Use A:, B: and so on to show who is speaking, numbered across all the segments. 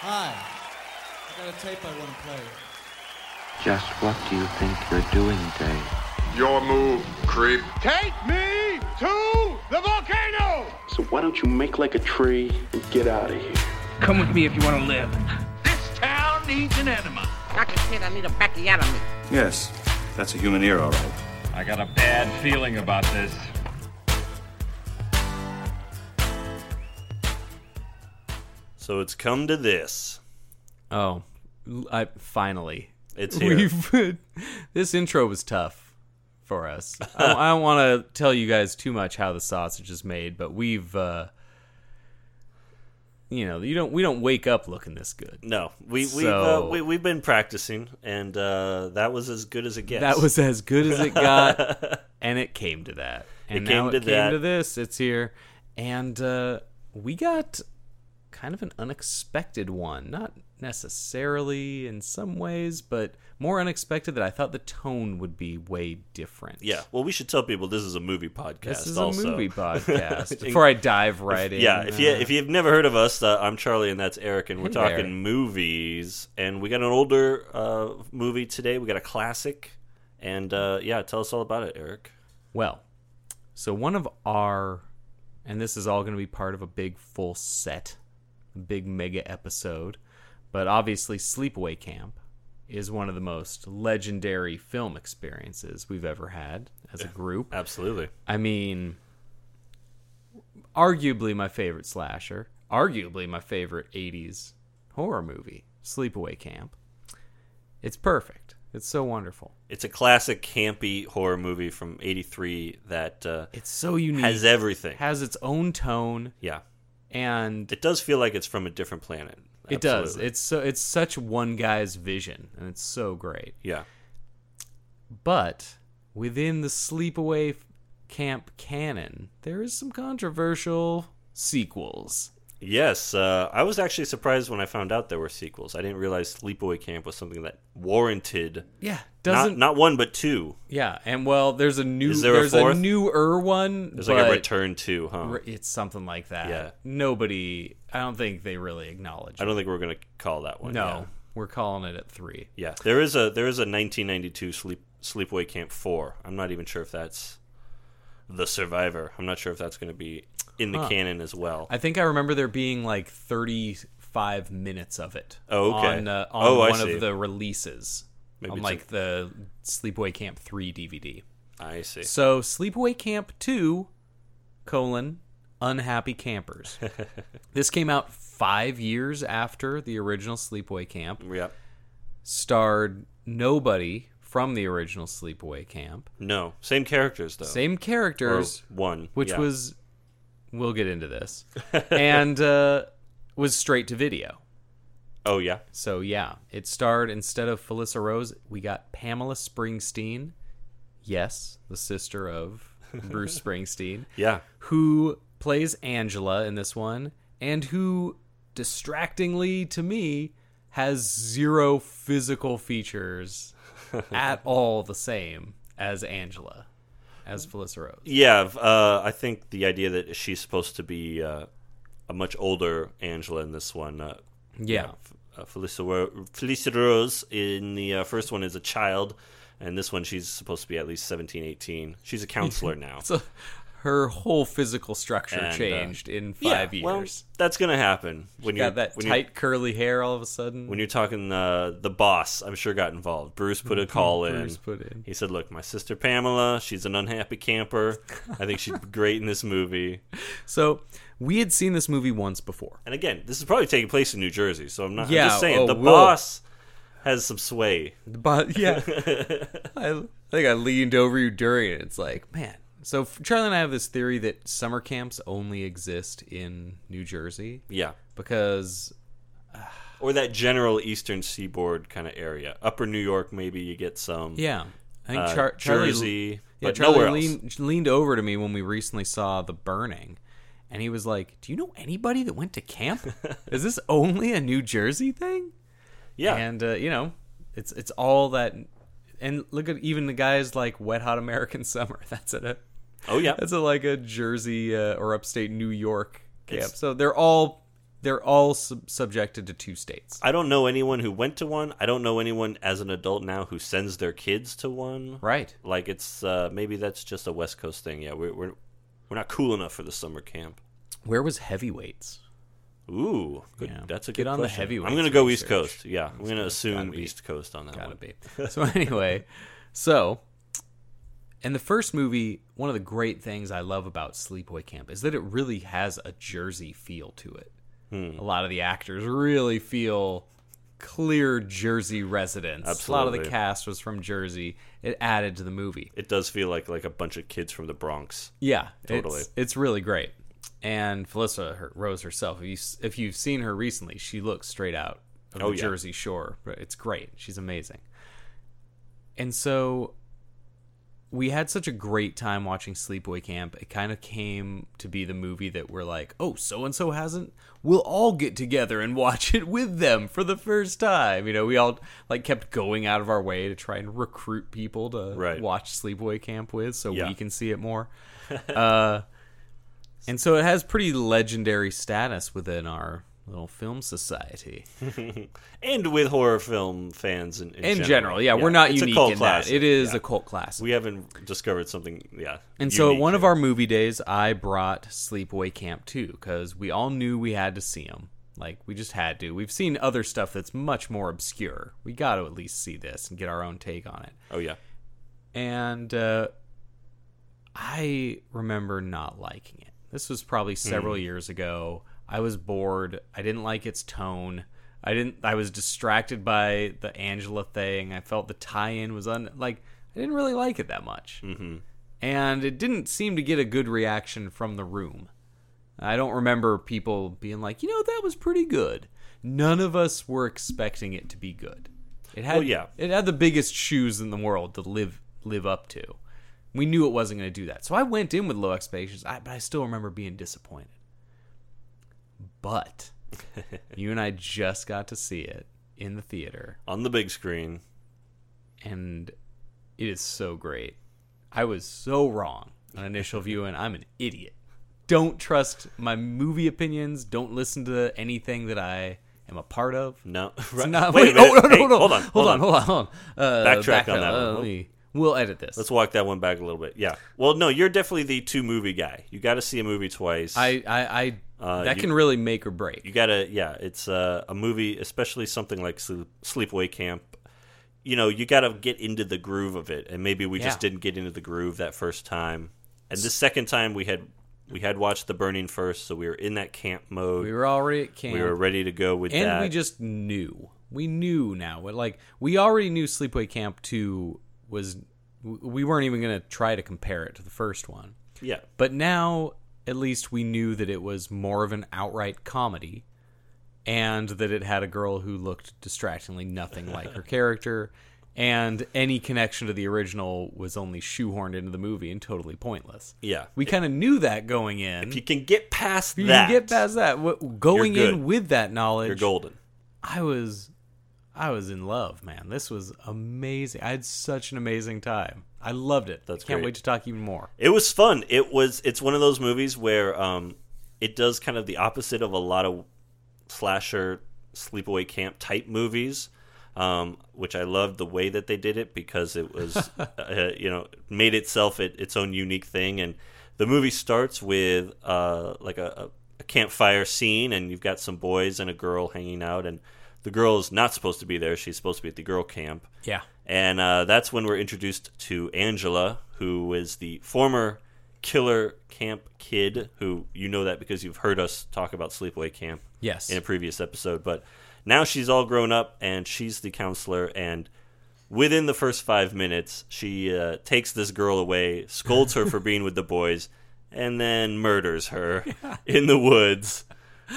A: Hi. I got a tape I want to play.
B: Just what do you think you're doing, Dave?
C: Your move, creep.
D: Take me to the volcano!
E: So why don't you make like a tree and get out of here?
F: Come with me if you want to live.
D: This town needs an enema.
G: Dr. Kid, I need a backiotomy.
H: Yes, that's a human ear, all right.
I: I got a bad feeling about this.
J: So it's come to this.
K: Oh, l- I finally.
J: It's here.
K: We've, this intro was tough for us. I, I don't want to tell you guys too much how the sausage is made, but we've, uh, you know, you don't we don't wake up looking this good.
J: No, we we've, uh,
K: So-
J: we we've been practicing, and uh, that was as good as it gets.
K: That was as good as it got, and it came to that. And
J: came
K: now
J: to
K: it came
J: that.
K: to this. It's here, and uh, we got kind of an unexpected one. Not necessarily in some ways, but more unexpected that I thought the tone would be way different.
J: yeah. Well, we should tell people this is a movie podcast.
K: This is
J: also.
K: a movie podcast. Before I dive right in,
J: Yeah, if you
K: uh,
J: if you've never heard of us, uh, I'm Charlie and that's Eric, and we're
K: Hey
J: talking
K: there.
J: movies. And we got an older uh, movie today. We got a classic, and uh, yeah, tell us all about it, Eric.
K: Well, so one of our, and this is all going to be part of a big full set, a big mega episode, but obviously Sleepaway Camp is one of the most legendary film experiences we've ever had as a group.
J: Absolutely.
K: I mean, arguably my favorite slasher, arguably my favorite 80s horror movie, Sleepaway Camp. It's perfect. It's so wonderful.
J: It's a classic campy horror movie from '83 that uh,
K: It's so unique.
J: has everything.
K: has its own tone
J: yeah,
K: and
J: it does feel like it's from a different planet.
K: It does.
J: Absolutely.
K: It's so it's such one guy's vision, and it's so great.
J: yeah.
K: But within the sleepaway f- camp canon, there is some controversial sequels.
J: Yes, uh, I was actually surprised when I found out there were sequels. I didn't realize Sleepaway Camp was something that warranted
K: Yeah,
J: not,
K: doesn't
J: not one but two.
K: yeah, and well, there's a new
J: Is there a
K: there's
J: fourth?
K: newer one.
J: There's like a
K: but
J: return two, huh?
K: re- It's something like that.
J: Yeah.
K: Nobody, I don't think they really acknowledge.
J: I
K: It.
J: don't think we're gonna call that one.
K: No, we're calling it at three.
J: Yeah. yeah, there is a there is a 1992 Sleep Sleepaway Camp four. I'm not even sure if that's the Survivor. I'm not sure if that's gonna be in the
K: Huh.
J: canon as well.
K: I think I remember there being like 35 minutes of it.
J: Oh, okay.
K: On, uh, on
J: Oh, I
K: one
J: see.
K: of the releases.
J: Maybe
K: on
J: it's
K: like
J: a-
K: the Sleepaway Camp 3 DVD.
J: I see.
K: So Sleepaway Camp 2, colon, Unhappy Campers. this came out five years after the original Sleepaway Camp.
J: Yep.
K: Starred nobody from the original Sleepaway Camp.
J: No, same characters though.
K: Same
J: Or
K: characters
J: one,
K: which
J: Oh. yeah.
K: was we'll get into this and uh, was straight to video
J: oh yeah,
K: so yeah it starred instead of felissa rose we got pamela springsteen yes the sister of bruce springsteen
J: yeah.
K: who plays angela in this one and who distractingly to me has zero physical features at all the same as angela as felissa rose
J: Yeah, v- uh, I think the idea that she's supposed to be uh, a much older Angela in this one. Uh,
K: yeah.
J: uh, Felissa, Ro- Felissa Rose in the uh, first one is a child, and this one she's supposed to be at least 17, 18. She's a counselor now.
K: So her whole physical structure
J: And, uh,
K: changed in
J: Yeah,
K: five
J: well,
K: years.
J: that's going to happen. When
K: got that
J: when
K: tight curly hair all of a sudden.
J: when you're talking uh, the boss, I'm sure got involved. Bruce put a call in.
K: Mm-hmm. Bruce put in.
J: He said, "Look, my sister Pamela, she's an unhappy camper. I think she'd be great in this movie."
K: so we had seen this movie once before.
J: And again, this is probably taking place in New Jersey, so I'm not.
K: Yeah,
J: I'm just saying
K: oh,
J: the
K: we'll-
J: boss has some sway.
K: But yeah, I, I think I leaned over you during it. It's like, man. So Charlie and I have this theory that summer camps only exist in New Jersey
J: Yeah,
K: because
J: or that general Eastern Seaboard kind of area, Upper New York. Maybe you get some.
K: yeah, I think
J: uh,
K: Char- Charlie
J: Jersey,
K: Yeah,
J: but
K: Charlie
J: nowhere else.
K: leaned, leaned over to me when we recently saw The Burning, and he was like, "Do you know anybody that went to camp? Is this only a New Jersey thing?"
J: Yeah,
K: And uh, you know, it's it's all that. And look at even the guys like Wet Hot American Summer. That's at a
J: oh yeah,
K: that's a, like a Jersey uh, or upstate New York camp.
J: It's-
K: so they're all they're all sub- subjected to two states.
J: I don't know anyone who went to one. I don't know anyone as an adult now who sends their kids to one.
K: Right.
J: Like it's uh, maybe that's just a West Coast thing. Yeah, we're we're we're not cool enough for the summer camp.
K: Where was heavyweights?
J: Ooh, good.
K: Yeah.
J: That's a
K: Get
J: good
K: on the
J: question.
K: heavyweights
J: I'm gonna go East
K: research.
J: Coast. Yeah, I'm gonna assume
K: be.
J: East Coast on that
K: Gotta
J: one.
K: be. So anyway, so in the first movie, one of the great things I love about Sleepaway Camp is that it really has a Jersey feel to it.
J: Hmm.
K: A lot of the actors really feel clear Jersey residents. A lot of the
J: Absolutely.
K: cast was from Jersey. It added to the movie.
J: It does feel like like a bunch of kids from the Bronx.
K: Yeah,
J: Totally.
K: It's, it's really great. And Felicita her, Rose herself, if, you, s- if you've seen her recently, she looks straight out of
J: Oh,
K: the
J: yeah.
K: Jersey Shore. But it's great. She's amazing. And so we had such a great time watching Sleepaway Camp. It kind of came to be the movie that we're like, oh, so and so hasn't. We'll all get together and watch it with them for the first time. You know, we all like kept going out of our way to try and recruit people to
J: Right.
K: watch Sleepaway Camp with, so
J: Yeah.
K: we can see it more. Uh, And so it has pretty legendary status within our little film society.
J: And with horror film fans in, in,
K: In general, yeah, we're not
J: it's
K: unique
J: a cult
K: in
J: classic.
K: that. It is
J: Yeah.
K: a cult classic.
J: We haven't discovered something. Yeah.
K: and so at
J: unique
K: one of
J: here.
K: our movie days, I brought Sleepaway Camp 2 because we all knew we had to see him. Like, we just had to. We've seen other stuff that's much more obscure. We got to at least see this and get our own take on it.
J: Oh yeah.
K: and uh, I remember not liking it. This was probably several years ago. I was bored. I didn't like its tone. I didn't. I was distracted by the Angela thing. I felt the tie-in was un like. I didn't really like it that much, mm-hmm. and it didn't seem to get a good reaction from the room. I don't remember people being like, you know, that was pretty good. None of us were expecting it to be good. It had
J: Well, yeah.
K: it had the biggest shoes in the world to live live up to. We knew it wasn't going to do that. So I went in with low expectations, I, but I still remember being disappointed. But you and I just got to see it in the theater
J: On the big screen.
K: and it is so great. I was so wrong on initial viewing. I'm an idiot. Don't trust my movie opinions. Don't listen to anything that I am a part of.
J: No.
K: It's
J: Right.
K: not-
J: Wait a
K: wait, oh,
J: minute.
K: no, no,
J: Hey,
K: no.
J: Hold on.
K: hold on, hold on, hold on. Uh,
J: Backtrack on
K: backtrack.
J: that one.
K: Uh, let me- we'll edit this.
J: Let's walk that one back a little bit. Yeah. Well, no, you're definitely the two movie guy. You got to see a movie twice.
K: I, I, I
J: Uh,
K: that
J: you-
K: can really make or break.
J: you gotta yeah it's uh, a movie especially something like Sleep, sleepaway camp you know you gotta get into the groove of it and maybe we just
K: Yeah.
J: didn't get into the groove that first time and the second time we had we had watched the burning first so we were in that camp mode
K: we were already at camp,
J: We were ready to go with
K: and
J: that
K: we just knew. We knew now. We're Like we already knew Sleepaway Camp Two was. w- We weren't even going to try to compare it to the first one.
J: yeah
K: But now, at least we knew that it was more of an outright comedy and that it had a girl who looked distractingly nothing like her character. And any connection to the original was only shoehorned into the movie and totally pointless.
J: Yeah.
K: We kind of knew that going in.
J: if you can get past
K: If you
J: that
K: get past that. What, going in
J: good.
K: with that knowledge,
J: you're golden
K: I was I was in love, man. This was amazing. I had such an amazing time. I loved it.
J: That's
K: Can't
J: great.
K: wait to talk even more.
J: It was fun. It was. It's one of those movies where um, it does kind of the opposite of a lot of slasher sleepaway camp type movies, um, which I loved the way that they did it because it was, uh, you know, made itself it, its own unique thing. And the movie starts with uh, like a, a campfire scene, and you've got some boys and a girl hanging out, and the girl is not supposed to be there. She's supposed to be at the girl camp.
K: Yeah.
J: And uh, that's when we're introduced to Angela, who is the former killer camp kid, who you know that because you've heard us talk about Sleepaway Camp
K: Yes.
J: in a previous episode. But now she's all grown up and she's the counselor. And within the first five minutes, she uh, takes this girl away, scolds her for being with the boys, and then murders her in the woods.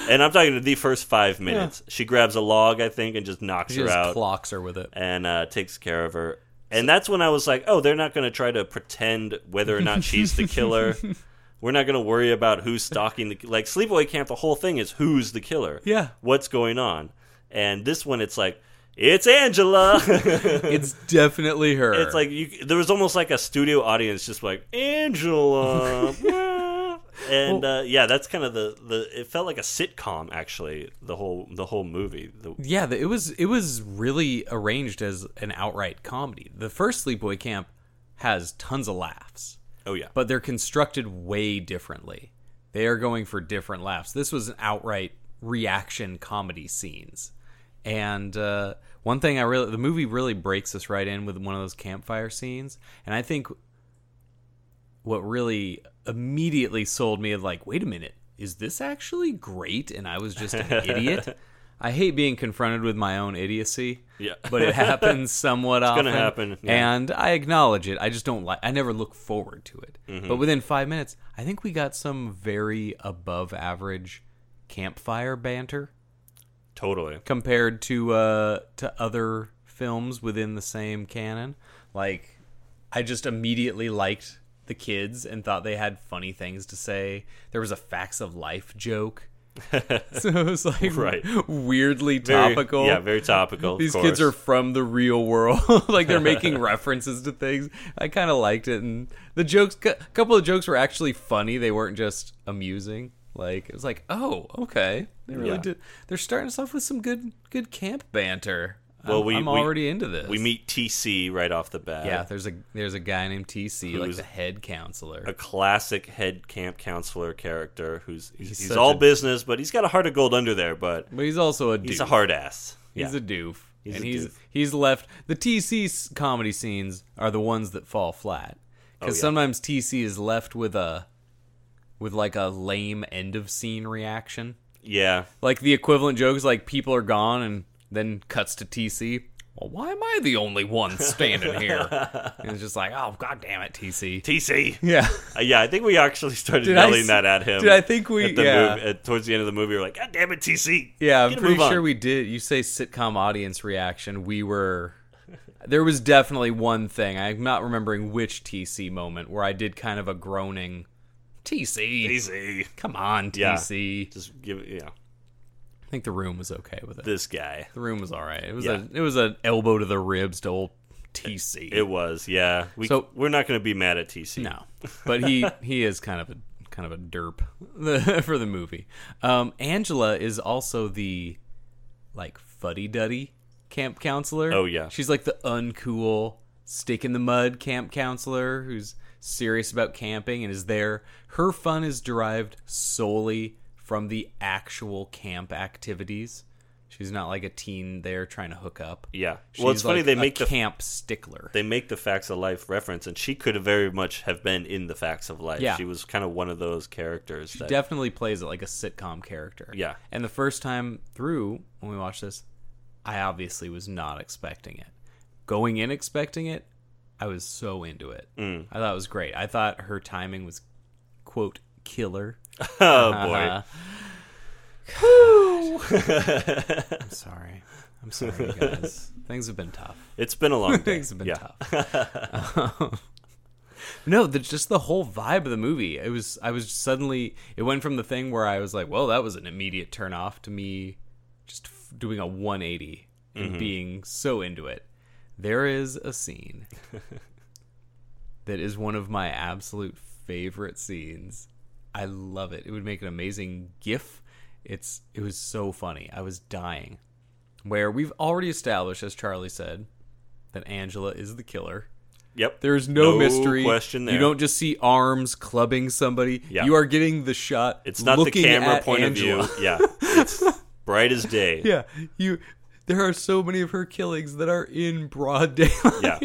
J: And I'm talking to the first five minutes. She grabs a log, I think, and just knocks
K: She
J: her
K: just
J: out
K: clocks her with it.
J: and uh, takes care of her. And that's when I was like, oh, they're not going to try to pretend whether or not she's the killer. We're not going to worry about who's stalking the like sleepaway camp. The whole thing is who's the killer.
K: Yeah.
J: what's going on? And this one, it's like it's Angela.
K: It's definitely her.
J: it's like you, there was almost like a studio audience just like Angela. and uh, yeah, that's kind of the, the it felt like a sitcom actually. The whole the whole movie. The,
K: yeah, the- it was it was really arranged as an outright comedy. The first Sleepaway Camp has tons of laughs,
J: oh yeah,
K: but they're constructed way differently. They are going for different laughs. This was an outright reaction comedy scenes, and uh, one thing I really the movie really breaks us right in with one of those campfire scenes, and I think what really immediately sold me of like, wait a minute, is this actually great? And I was just an idiot. I hate being confronted with my own idiocy.
J: Yeah.
K: but it happens somewhat often.
J: gonna happen, yeah.
K: and I acknowledge it. I just don't like. I never look forward to it.
J: Mm-hmm.
K: But within five minutes, I think we got some very above average campfire banter
J: totally.
K: compared to uh, to other films within the same canon. Like, I just immediately liked the kids and thought they had funny things to say. There was a facts of life joke, so it was like
J: Right.
K: weirdly
J: Very-
K: topical.
J: yeah, very topical. of
K: These kids
J: course.
K: are from the real world. like they're making references to things. I kind of liked it, and the jokes, a couple of jokes were actually funny. They weren't just amusing. Like it was like, oh, okay, they really
J: Yeah.
K: did. They're starting us off with some good, good camp banter.
J: Well,
K: I'm,
J: we-
K: I'm
J: we-
K: already into this.
J: We meet TC right off the bat.
K: Yeah, there's a there's a guy named TC, like
J: Who's-
K: the head counselor.
J: a classic head camp counselor character who's he's,
K: He's
J: he's
K: such
J: all
K: a-
J: business, but he's got a heart of gold under there. But
K: but he's also a doof.
J: he's a hard ass.
K: He's
J: yeah.
K: a doof.
J: He's
K: and
J: a
K: he's
J: doof.
K: he's left. The TC s- comedy scenes are the ones that fall flat because
J: Oh, yeah.
K: sometimes TC is left with a with like a lame end of scene reaction.
J: yeah,
K: Like the equivalent joke is like people are gone and then cuts to TC. Well, why am I the only one standing here? and it's just like, oh god damn it, TC.
J: TC.
K: yeah,
J: Uh, yeah, I think we actually started
K: Did I
J: yelling
K: s-
J: that at him.
K: did I think we-
J: at the
K: yeah.
J: mov- at- towards the end of the movie, we are like, God damn it, TC.
K: yeah. I'm
J: Get a
K: pretty
J: move on."
K: sure we did. You say sitcom audience reaction. We were there was definitely one thing I'm not remembering which TC moment where I did kind of a groaning TC.
J: TC.
K: Come on,
J: Yeah.
K: TC.
J: Just give it. Yeah,
K: I think the room was okay with it.
J: this guy.
K: the room was all right. It was
J: Yeah.
K: a it was an elbow to the ribs to old TC.
J: It was. Yeah, we
K: So-
J: we're not going to be mad at TC.
K: no, but he he is kind of a kind of a derp for the movie. Um, Angela is also the like fuddy duddy camp counselor.
J: Oh, yeah.
K: she's like the uncool stick in the mud camp counselor who's serious about camping and is there. Her fun is derived solely from the actual camp activities. She's not like a teen there trying to hook up.
J: Yeah. Well, it's
K: She's
J: funny
K: like
J: they
K: a
J: make the
K: camp stickler.
J: they make the facts of life reference, and she could have very much have been in the facts of life.
K: Yeah.
J: She was kind of one of those characters. That,
K: definitely plays it like a sitcom character.
J: Yeah.
K: And the first time through when we watched this, I obviously was not expecting it. Going in expecting it, I was so into it. I thought it was great. I thought her timing was quote killer.
J: oh boy,
K: I'm sorry. I'm sorry, guys. Things have been tough.
J: it's been a long day.
K: Things have been
J: yeah.
K: tough. no, the, just the whole vibe of the movie. It was I was suddenly it went from the thing where I was like, "Well, that was an immediate turn off to me just f- doing a 180 and being so into it." There is a scene that is one of my absolute favorite scenes. I love it. It would make an amazing gif. It's it was so funny. I was dying. Where we've already established as Charlie said that Angela is the killer.
J: Yep.
K: There's no,
J: No
K: mystery.
J: question there.
K: You don't just see arms clubbing somebody.
J: Yeah.
K: You are getting the shot.
J: It's not the
K: looking
J: camera
K: at
J: point
K: Angela.
J: of view. Yeah. It's bright as day.
K: yeah. You there are so many of her killings that are in broad daylight.
J: Yeah.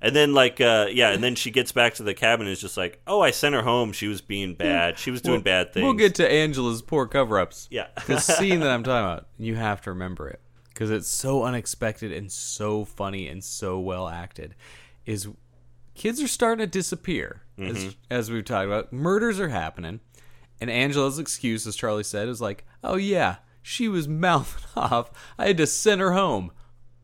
J: And then like uh yeah, and then she gets back to the cabin and is just like, "Oh, I sent her home. She was being bad. She was doing bad things."
K: We'll get to Angela's poor cover ups.
J: Yeah.
K: the scene that I'm talking about, you have to remember it because it's so unexpected and so funny and so well acted. Is kids are starting to disappear
J: Mm-hmm.
K: as, as we've talked about. Murders are happening, and Angela's excuse, as Charlie said, is like, "Oh yeah, she was mouthing off. I had to send her home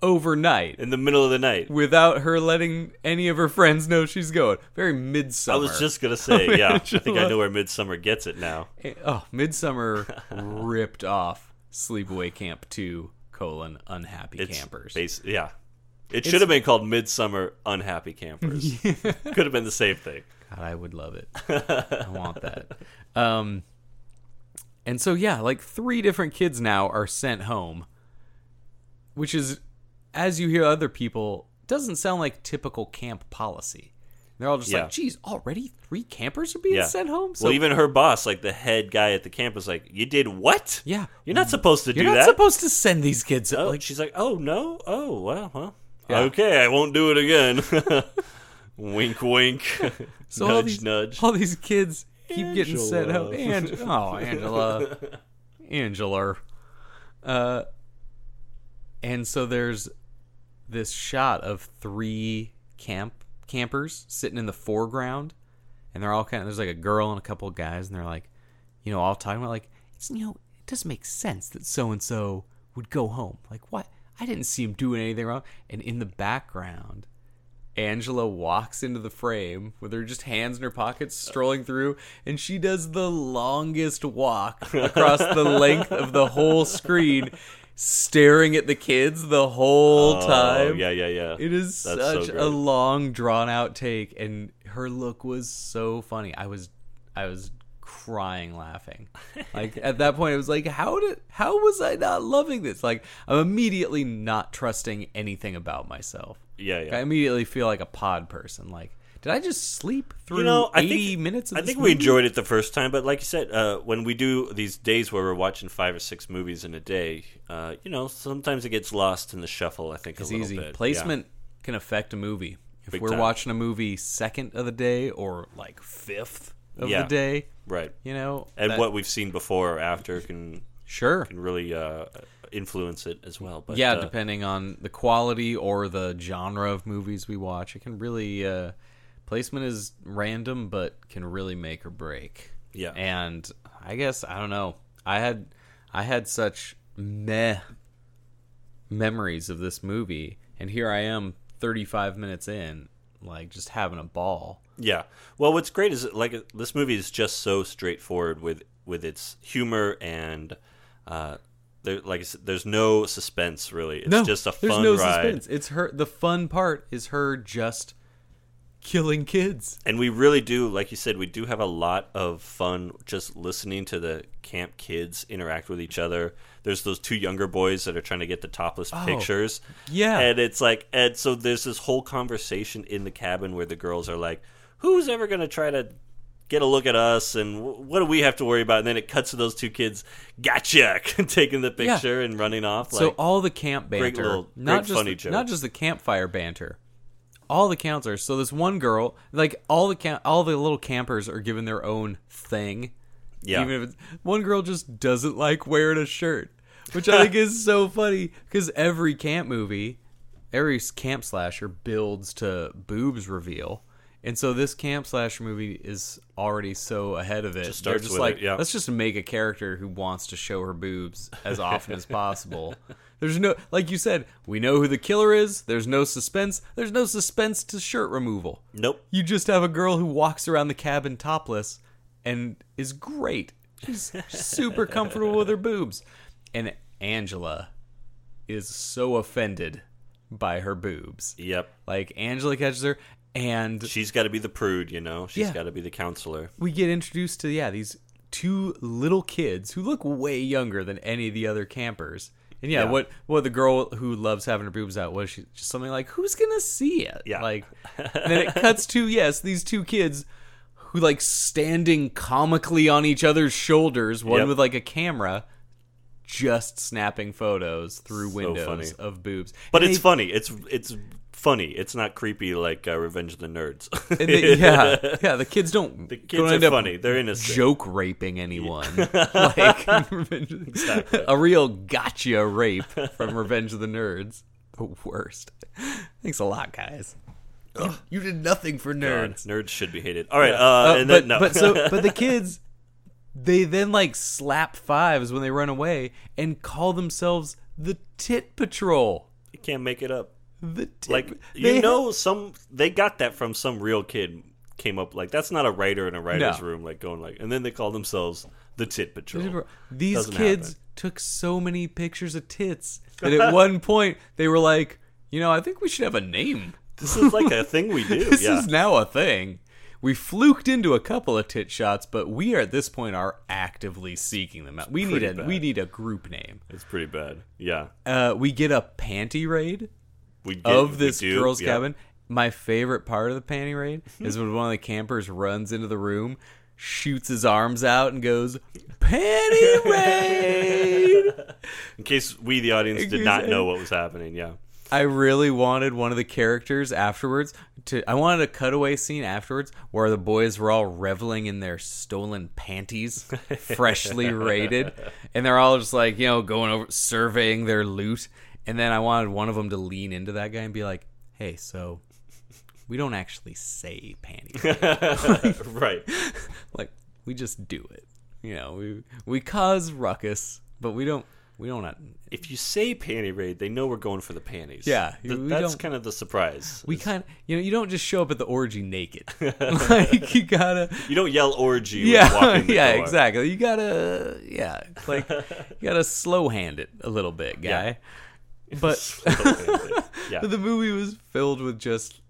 K: overnight."
J: in the middle of the night.
K: Without her letting any of her friends know she's going, very
J: I
K: midsummer.
J: was just going to say, yeah. I think I
K: Angela.
J: know where Midsummer gets it now.
K: Oh, Midsummer ripped off Sleepaway Camp 2 colon unhappy
J: It's
K: campers.
J: Base, yeah. It should have been called Midsummer Unhappy Campers. Could have been the same thing.
K: God, I would love it. I want that. Um, and so yeah, like three different kids now are sent home, which is, as you hear other people, doesn't sound like typical camp policy. They're all just
J: Yeah.
K: like, "Geez, already three campers are being
J: Yeah.
K: sent home."
J: well, even her boss, like the head guy at the camp, was like, "You did what?
K: Yeah.
J: you're not supposed to
K: you're
J: do
K: not
J: that."
K: supposed to send these kids.
J: oh,
K: like,
J: she's like, "Oh no, oh well, huh?
K: Yeah.
J: Okay, I won't do it again." wink, wink.
K: So
J: nudge,
K: all these,
J: nudge.
K: All these kids keep getting set up.
J: Angela.
K: Ang- oh, Angela. Angela. Uh, and so there's this shot of three camp campers sitting in the foreground, and they're all kind of there's like a girl and a couple of guys, and they're like, you know, all talking about like it's you know it doesn't make sense that so and so would go home. Like what? I didn't see him doing anything wrong. And in the background, Angela walks into the frame with her just hands in her pockets, strolling through, and she does the longest walk across the length of the whole screen, staring at the kids the whole
J: Oh,
K: time.
J: yeah, yeah, yeah.
K: It is
J: That's so
K: such
J: great.
K: a long, drawn out take, and her look was so funny. I was, I was crying laughing. Like at that point, it was like, how did, how was I not loving this? Like I'm immediately not trusting anything about myself.
J: Yeah, yeah.
K: I immediately feel like a pod person. Like, did I just sleep through
J: you know, I
K: 80
J: think,
K: minutes? Of
J: I
K: this
J: think we
K: movie?
J: enjoyed it the first time, but like you said, uh, when we do these days where we're watching five or six movies in a day, uh, you know, sometimes it gets lost in the shuffle. I think
K: It's
J: a little
K: easy.
J: bit. Yeah.
K: Placement can affect a movie. If
J: Big
K: we're
J: time.
K: watching a movie second of the day or like fifth of
J: Yeah.
K: the day,
J: right?
K: you know,
J: And
K: that-
J: what we've seen before or after can
K: Sure.
J: can really uh, influence it as well. But
K: yeah,
J: uh,
K: depending on the quality or the genre of movies we watch, it can really uh, placement is random, but can really make or break.
J: Yeah.
K: and I guess I don't know. I had I had such meh memories of this movie, and here I am, thirty five minutes in, like just having a ball.
J: Yeah. Well, what's great is like this movie is just so straightforward with with its humor and uh, there, like I said, there's no suspense really. It's just a fun
K: there's no
J: ride.
K: suspense. It's her. The fun part is her just killing kids.
J: And we really do, like you said, we do have a lot of fun just listening to the camp kids interact with each other. There's those two younger boys that are trying to get the topless pictures.
K: Oh. yeah.
J: And it's like, and so there's this whole conversation in the cabin where the girls are like, who's ever going to try to get a look at us and wh- what do we have to worry about? And then it cuts to those two kids, gotcha, taking the
K: Yeah.
J: picture and running off.
K: so
J: like,
K: all the camp banter,
J: Great little- great
K: not just
J: funny
K: the,
J: joke.
K: not just the campfire banter. All the counselors. So this one girl, like all the camp, all the little campers are given their own thing.
J: yeah.
K: Even if it's, one girl just doesn't like wearing a shirt, which I think is so funny because every camp movie, every camp slasher builds to boobs reveal. And so this camp slasher movie is already so ahead of it.
J: Just
K: They're
J: starts
K: just
J: with
K: like,
J: it, yeah.
K: let's just make a character who wants to show her boobs as often as possible. There's no, like you said, we know who the killer is. There's no suspense. There's no suspense to shirt removal.
J: nope.
K: You just have a girl who walks around the cabin topless and is great. She's super comfortable with her boobs. And Angela is so offended by her boobs.
J: Yep.
K: Like Angela catches her and
J: She's got to be the prude, you know? She's
K: Yeah.
J: got to be the counselor.
K: we get introduced to yeah, these two little kids who look way younger than any of the other campers. And yeah,
J: Yeah.
K: what what the girl who loves having her boobs out was she just something like who's gonna see it?
J: Yeah.
K: like and then it cuts to yes, these two kids who like standing comically on each other's shoulders, one
J: Yep.
K: with like a camera, just snapping photos through windows
J: funny.
K: of boobs.
J: But
K: And
J: it's
K: they-
J: funny. It's it's funny. It's not creepy like uh, Revenge of the Nerds.
K: and they- yeah, yeah. The kids don't.
J: the
K: don't
J: kids
K: end
J: are
K: up
J: funny. They're innocent.
K: joke raping anyone. like a real gotcha rape from Revenge of the Nerds. The worst. Thanks a lot, guys. You did nothing for
J: God,
K: nerds.
J: nerds should be hated. All right,
K: Uh,
J: uh, and
K: but
J: then, no.
K: but so but the kids they then like slap fives when they run away and call themselves the tit patrol.
J: you can't make it up.
K: The tit
J: Like you
K: they-
J: know, some they got that from some real kid came up like that's not a writer in a writer's
K: No.
J: room like going like and then they call themselves the tit patrol.
K: These
J: Doesn't
K: kids
J: happen.
K: took so many pictures of tits that at one point they were like, You know, I think we should have a name.
J: This is like a thing we do.
K: This
J: yeah.
K: is now a thing. We fluked into a couple of tit shots, but we are at this point are actively seeking them out. We need
J: pretty
K: a
J: bad.
K: we need a group name.
J: it's pretty bad. Yeah.
K: Uh, we get a panty raid
J: We get, we
K: of this
J: do,
K: girl's
J: yeah.
K: cabin. My favorite part of the panty raid is when one of the campers runs into the room, shoots his arms out, and goes panty raid.
J: In case we, the audience, did not know what was happening. Yeah.
K: I really wanted one of the characters afterwards to. I wanted a cutaway scene afterwards where the boys were all reveling in their stolen panties, freshly raided, and they're all just like you know going over surveying their loot. And then I wanted one of them to lean into that guy and be like, "Hey, so we don't actually say panties,
J: Right.
K: like we just do it. You know, we we cause ruckus, but we don't we don't
J: If you say panty raid, they know we're going for the panties.
K: Yeah,
J: Th-
K: we
J: that's
K: don't-
J: kind of the surprise.
K: We kind of, you know, you don't just show up at the orgy naked. like you gotta,
J: you don't yell orgy. when you walk
K: yeah,
J: in the
K: yeah,
J: door.
K: exactly. You gotta, yeah, it's like you gotta slow hand it a little bit, guy. But
J: yeah.
K: the movie was filled with just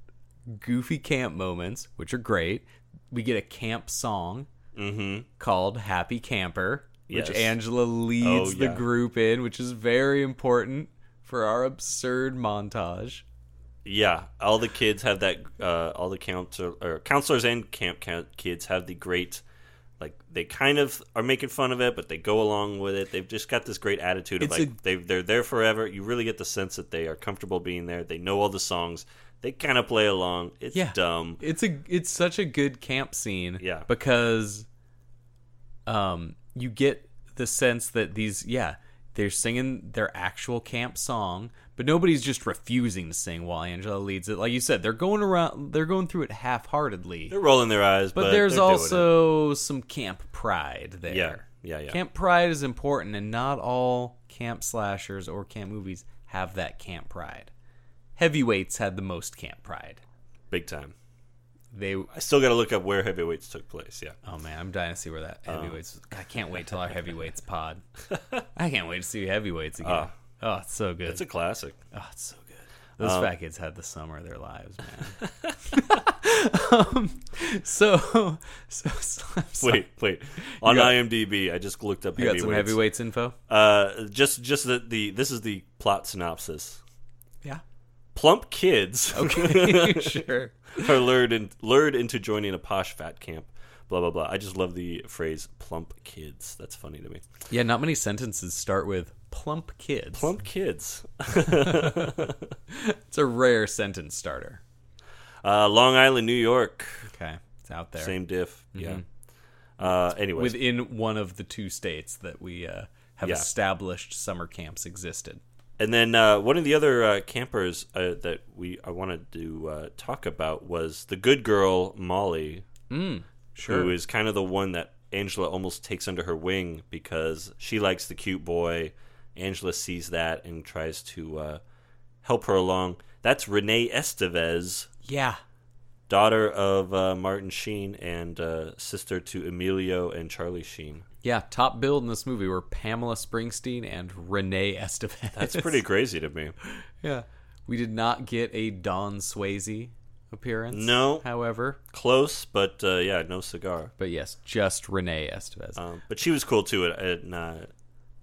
K: goofy camp moments, which are great. We get a camp song
J: Mm-hmm.
K: called "Happy Camper," which
J: Yes.
K: Angela leads
J: Oh,
K: the
J: yeah.
K: group in, which is very important for our absurd montage.
J: Yeah, all the kids have that. Uh, all the counselor or counselors and camp count kids have the great, like they kind of are making fun of it, but they go along with it. They've just got this great attitude of
K: It's
J: like
K: a-
J: they they're there forever. You really get the sense that they are comfortable being there. They know all the songs. They kind of play along. It's
K: Yeah.
J: dumb.
K: it's a it's such a good camp scene
J: Yeah.
K: because um you get the sense that these yeah they're singing their actual camp song but nobody's just refusing to sing while angela leads it like you said they're going around they're going through it half-heartedly
J: They're rolling their eyes, but,
K: but, there's
J: they're doing it.
K: also some camp pride there
J: Yeah, yeah, yeah.
K: camp pride is important and not all camp slashers or camp movies have that camp pride heavyweights had the most camp pride
J: big time.
K: they
J: I still got to look up where heavyweights took place. Yeah,
K: Oh man, I'm dying to see where that
J: Oh.
K: heavyweights. I can't wait till our heavyweights pod. I can't wait to see heavyweights again. oh, it's so good.
J: it's a Um, classic.
K: oh, it's so good. Those fat kids had the summer of their lives, man. um, so, so, so I'm sorry.
J: Wait, wait. On
K: got-
J: IMDb, I just looked up
K: you got
J: heavyweights.
K: some heavyweights info?
J: Uh, just just the, the this is the plot synopsis.
K: yeah.
J: Plump kids
K: sure.
J: are lured in, lured into joining a posh fat camp. Blah blah blah. I just love the phrase "plump kids." That's funny to me.
K: Yeah, not many sentences start with plump kids.
J: Plump kids.
K: It's a rare sentence starter.
J: Uh, Long Island, New York.
K: Okay, it's out there. Mm-hmm.
J: Same diff. Yeah. Uh, anyways,
K: Within one of the two states that we uh, have
J: Yeah.
K: established summer camps existed.
J: And then uh, one of the other uh, campers uh, that we I wanted to uh, talk about was the good girl Molly, who is kind of the one that Angela almost takes under her wing because she likes the cute boy. Angela sees that and tries to uh, help her along. That's Renee Estevez,
K: Yeah.
J: daughter of uh, Martin Sheen and uh, sister to Emilio and Charlie Sheen.
K: Yeah, top billed in this movie were Pamela Springsteen and Renee Estevez.
J: That's pretty crazy to me.
K: yeah. We did not get a Don Swayze appearance.
J: No.
K: However,
J: Close, but uh, yeah, no cigar.
K: but yes, just Renee Estevez.
J: Um, but she was cool too. It, and, uh,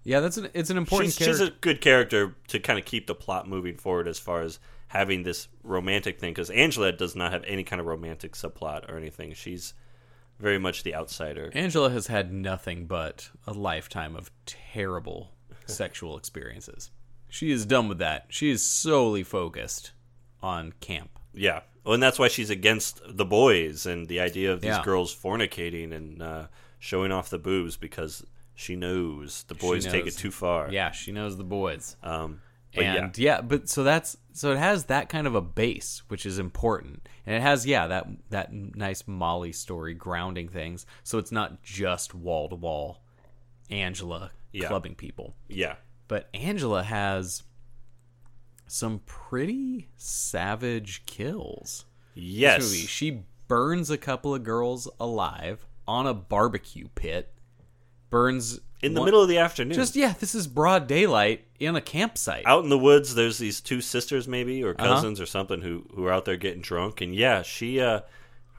K: yeah, that's an it's an important
J: she's, she's
K: character.
J: a good character to kind of keep the plot moving forward as far as having this romantic thing because Angela does not have any kind of romantic subplot or anything. She's very much the outsider.
K: Angela has had nothing but a lifetime of terrible sexual experiences. She is done with that. She is solely focused on camp.
J: Yeah. Well, and that's why she's against the boys and the idea of these
K: Yeah.
J: girls fornicating and uh, showing off the boobs because she knows the boys take
K: knows.
J: it too far.
K: Yeah, she knows the boys.
J: Um, but
K: and
J: yeah.
K: yeah. but so that's so it has that kind of a base which is important and it has yeah that that nice molly story grounding things so it's not just wall to wall angela
J: Yeah.
K: clubbing people
J: Yeah.
K: but angela has some pretty savage kills
J: Yes.
K: this movie. She burns a couple of girls alive on a barbecue pit burns
J: in the
K: one-
J: middle of the afternoon.
K: Just yeah, this is broad daylight in a campsite.
J: out in the woods there's these two sisters maybe or
K: Uh-huh.
J: cousins or something who who are out there getting drunk and yeah she uh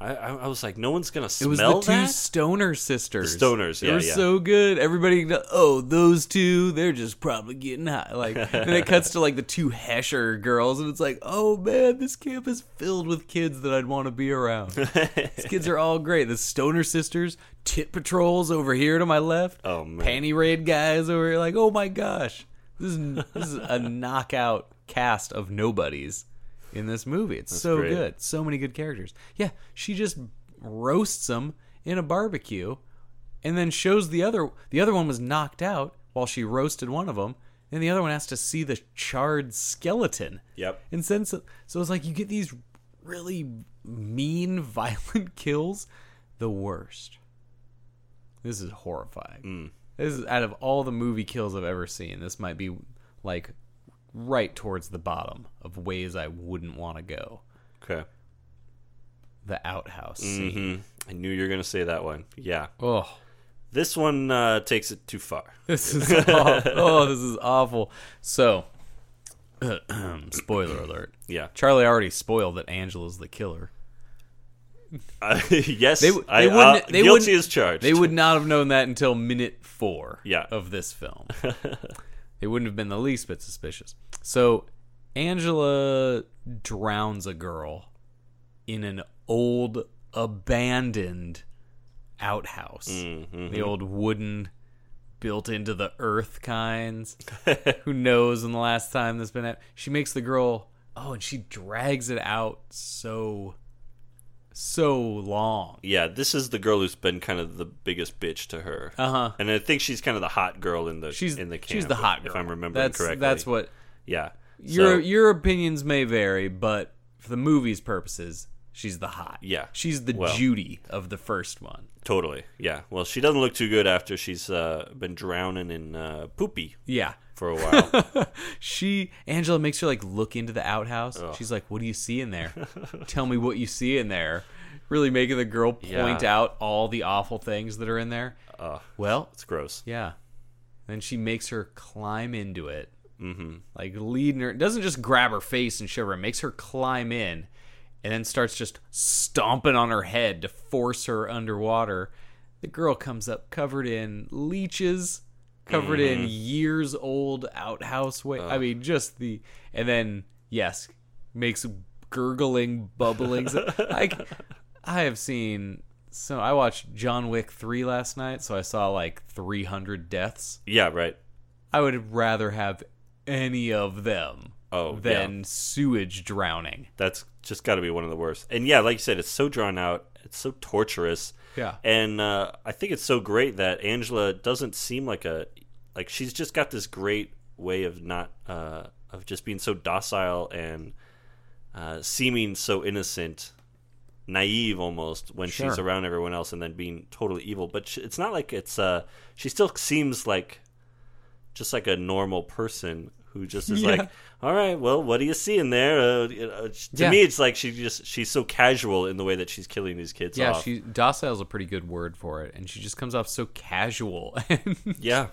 J: i i I was like no one's gonna
K: It
J: smell
K: was the two
J: that
K: stoner sisters.
J: The stoners,
K: They
J: yeah,
K: were
J: yeah.
K: so good. Everybody, kn- oh, those two, they're just probably getting high. Like, and it cuts to like the two Hesher girls, and it's like, oh man, this camp is filled with kids that I'd want to be around. These kids are all great. The stoner sisters, tit patrols over here to my left.
J: Oh, man.
K: panty raid guys over here. Like, oh my gosh, this is this is a knockout cast of nobodies in this movie. It's so
J: great.
K: good. So many good characters. Yeah, she just roasts them in a barbecue and then shows the other the other one was knocked out while she roasted one of them and the other one has to see the charred skeleton.
J: Yep.
K: And since so it's like you get these really mean violent kills the worst. This is horrifying. This is out of all the movie kills I've ever seen. This might be like right towards the bottom of ways I wouldn't want to go.
J: okay
K: The outhouse scene.
J: Mhm. i knew you were gonna say that one yeah
K: Oh,
J: this one uh takes it too far
K: this is aw- oh, this is awful. So, spoiler alert.
J: yeah
K: Charlie already spoiled that Angela's the killer.
J: Uh, yes
K: They, w-
J: I,
K: they wouldn't.
J: uh,
K: they
J: guilty
K: wouldn't-
J: as charged
K: They would not have known that until minute four.
J: Yeah.
K: of this film, they wouldn't have been the least bit suspicious. So Angela drowns a girl in an old abandoned outhouse,
J: Mm, mm-hmm.
K: the old wooden. Built into the earth kinds. Who knows when the last time this been? At- she makes the girl. Oh, and she drags it out so, so long.
J: yeah this is the girl who's been kind of the biggest bitch to her
K: Uh-huh.
J: and i think she's kind of the hot girl in the
K: She's
J: in the camp,
K: she's the hot girl.
J: if i'm remembering
K: that's,
J: correctly
K: That's what
J: yeah
K: your
J: So-
K: your opinions may vary, but for the movie's purposes, she's the hot.
J: Yeah.
K: she's the
J: Well-
K: Judy of the first one.
J: Totally. Yeah. Well, she doesn't look too good after she's uh, been drowning in uh, poopy
K: Yeah,
J: for a while.
K: she Angela makes her like look into the outhouse. She's like, "What do you see in there? Tell me what you see in there." Really making the girl point
J: Yeah.
K: out all the awful things that are in there. well,
J: it's gross.
K: Yeah. Then she makes her climb into it. Mm-hmm. Like leading her, doesn't just grab her face and shove her, makes her climb in and then starts just stomping on her head to force her underwater. The girl comes up covered in leeches, covered
J: Mm-hmm.
K: in years old outhouse way. I mean, just the. And then, yes, makes gurgling, bubbling. like, I have seen so I watched John Wick 3 last night, so I saw like 300 deaths.
J: Yeah. Right.
K: I would rather have any of them
J: Oh,
K: than
J: yeah.
K: sewage drowning.
J: That's just got to be one of the worst. And yeah, like you said, it's so drawn out. It's so torturous.
K: Yeah.
J: And uh, I think it's so great that Angela doesn't seem like a like she's just got this great way of not uh, of just being so docile and uh, seeming so innocent, naive almost when she's
K: Sure.
J: around everyone else, and then being totally evil. But sh it's not like it's uh, she still seems like just like a normal person who just is
K: Yeah.
J: like, all right, well, what do you see in there? Uh, you know, to
K: Yeah.
J: me, it's like she just she's so casual in the way that she's killing these kids
K: yeah,
J: off.
K: she docile's a pretty good word for it, and she just comes off so casual and
J: yeah,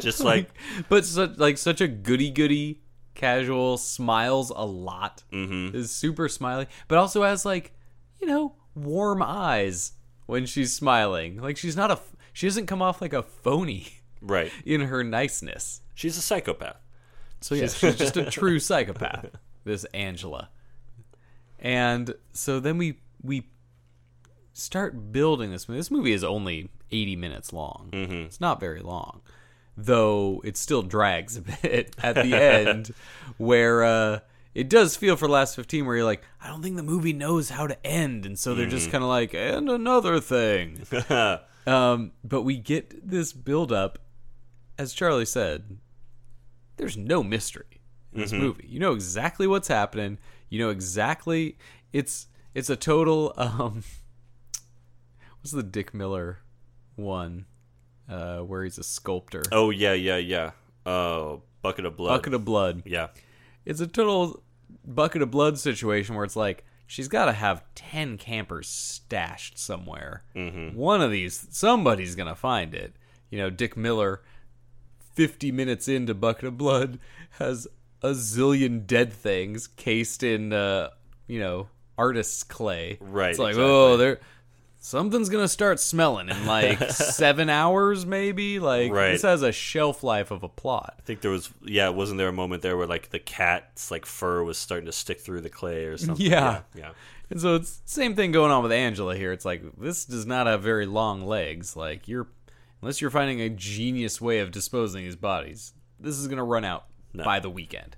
J: just like
K: but such like such a goody goody casual smiles a lot is super smiley but also has like you know warm eyes when she's smiling like she's not a f- she doesn't come off like a phony
J: right.
K: in her niceness
J: She's a psychopath.
K: so yeah she's just a true psychopath this angela and so then we we start building this movie this movie is only 80 minutes long it's not very long though it still drags a bit at the end where uh it does feel for the last 15 where you're like i don't think the movie knows how to end and so they're just kind of like and another thing um but we get this build up as charlie said there's no mystery in this movie you know exactly what's happening you know exactly it's it's a total um what's the dick miller one uh where he's a sculptor
J: Oh yeah, yeah, yeah. Oh, bucket of blood.
K: bucket of blood.
J: yeah.
K: It's a total bucket of blood situation where it's like she's got to have
J: Mm-hmm.
K: 10 campers stashed somewhere. One of these somebody's going to find it. you know, Dick Miller, 50 minutes into Bucket of Blood, has a zillion dead things cased in, uh, you know, artist's clay.
J: Right,
K: It's like,
J: exactly.
K: oh, there, something's going to start smelling in like seven hours, maybe. Like,
J: Right.
K: this has a shelf life of a plot.
J: I think there was yeah, wasn't there a moment there where like the cat's like fur was starting to stick through the clay or something?
K: Yeah.
J: Yeah.
K: And so it's same thing going on with Angela here. It's like this does not have very long legs. Like you're unless you're finding a genius way of disposing of these bodies, this is gonna run out by the weekend.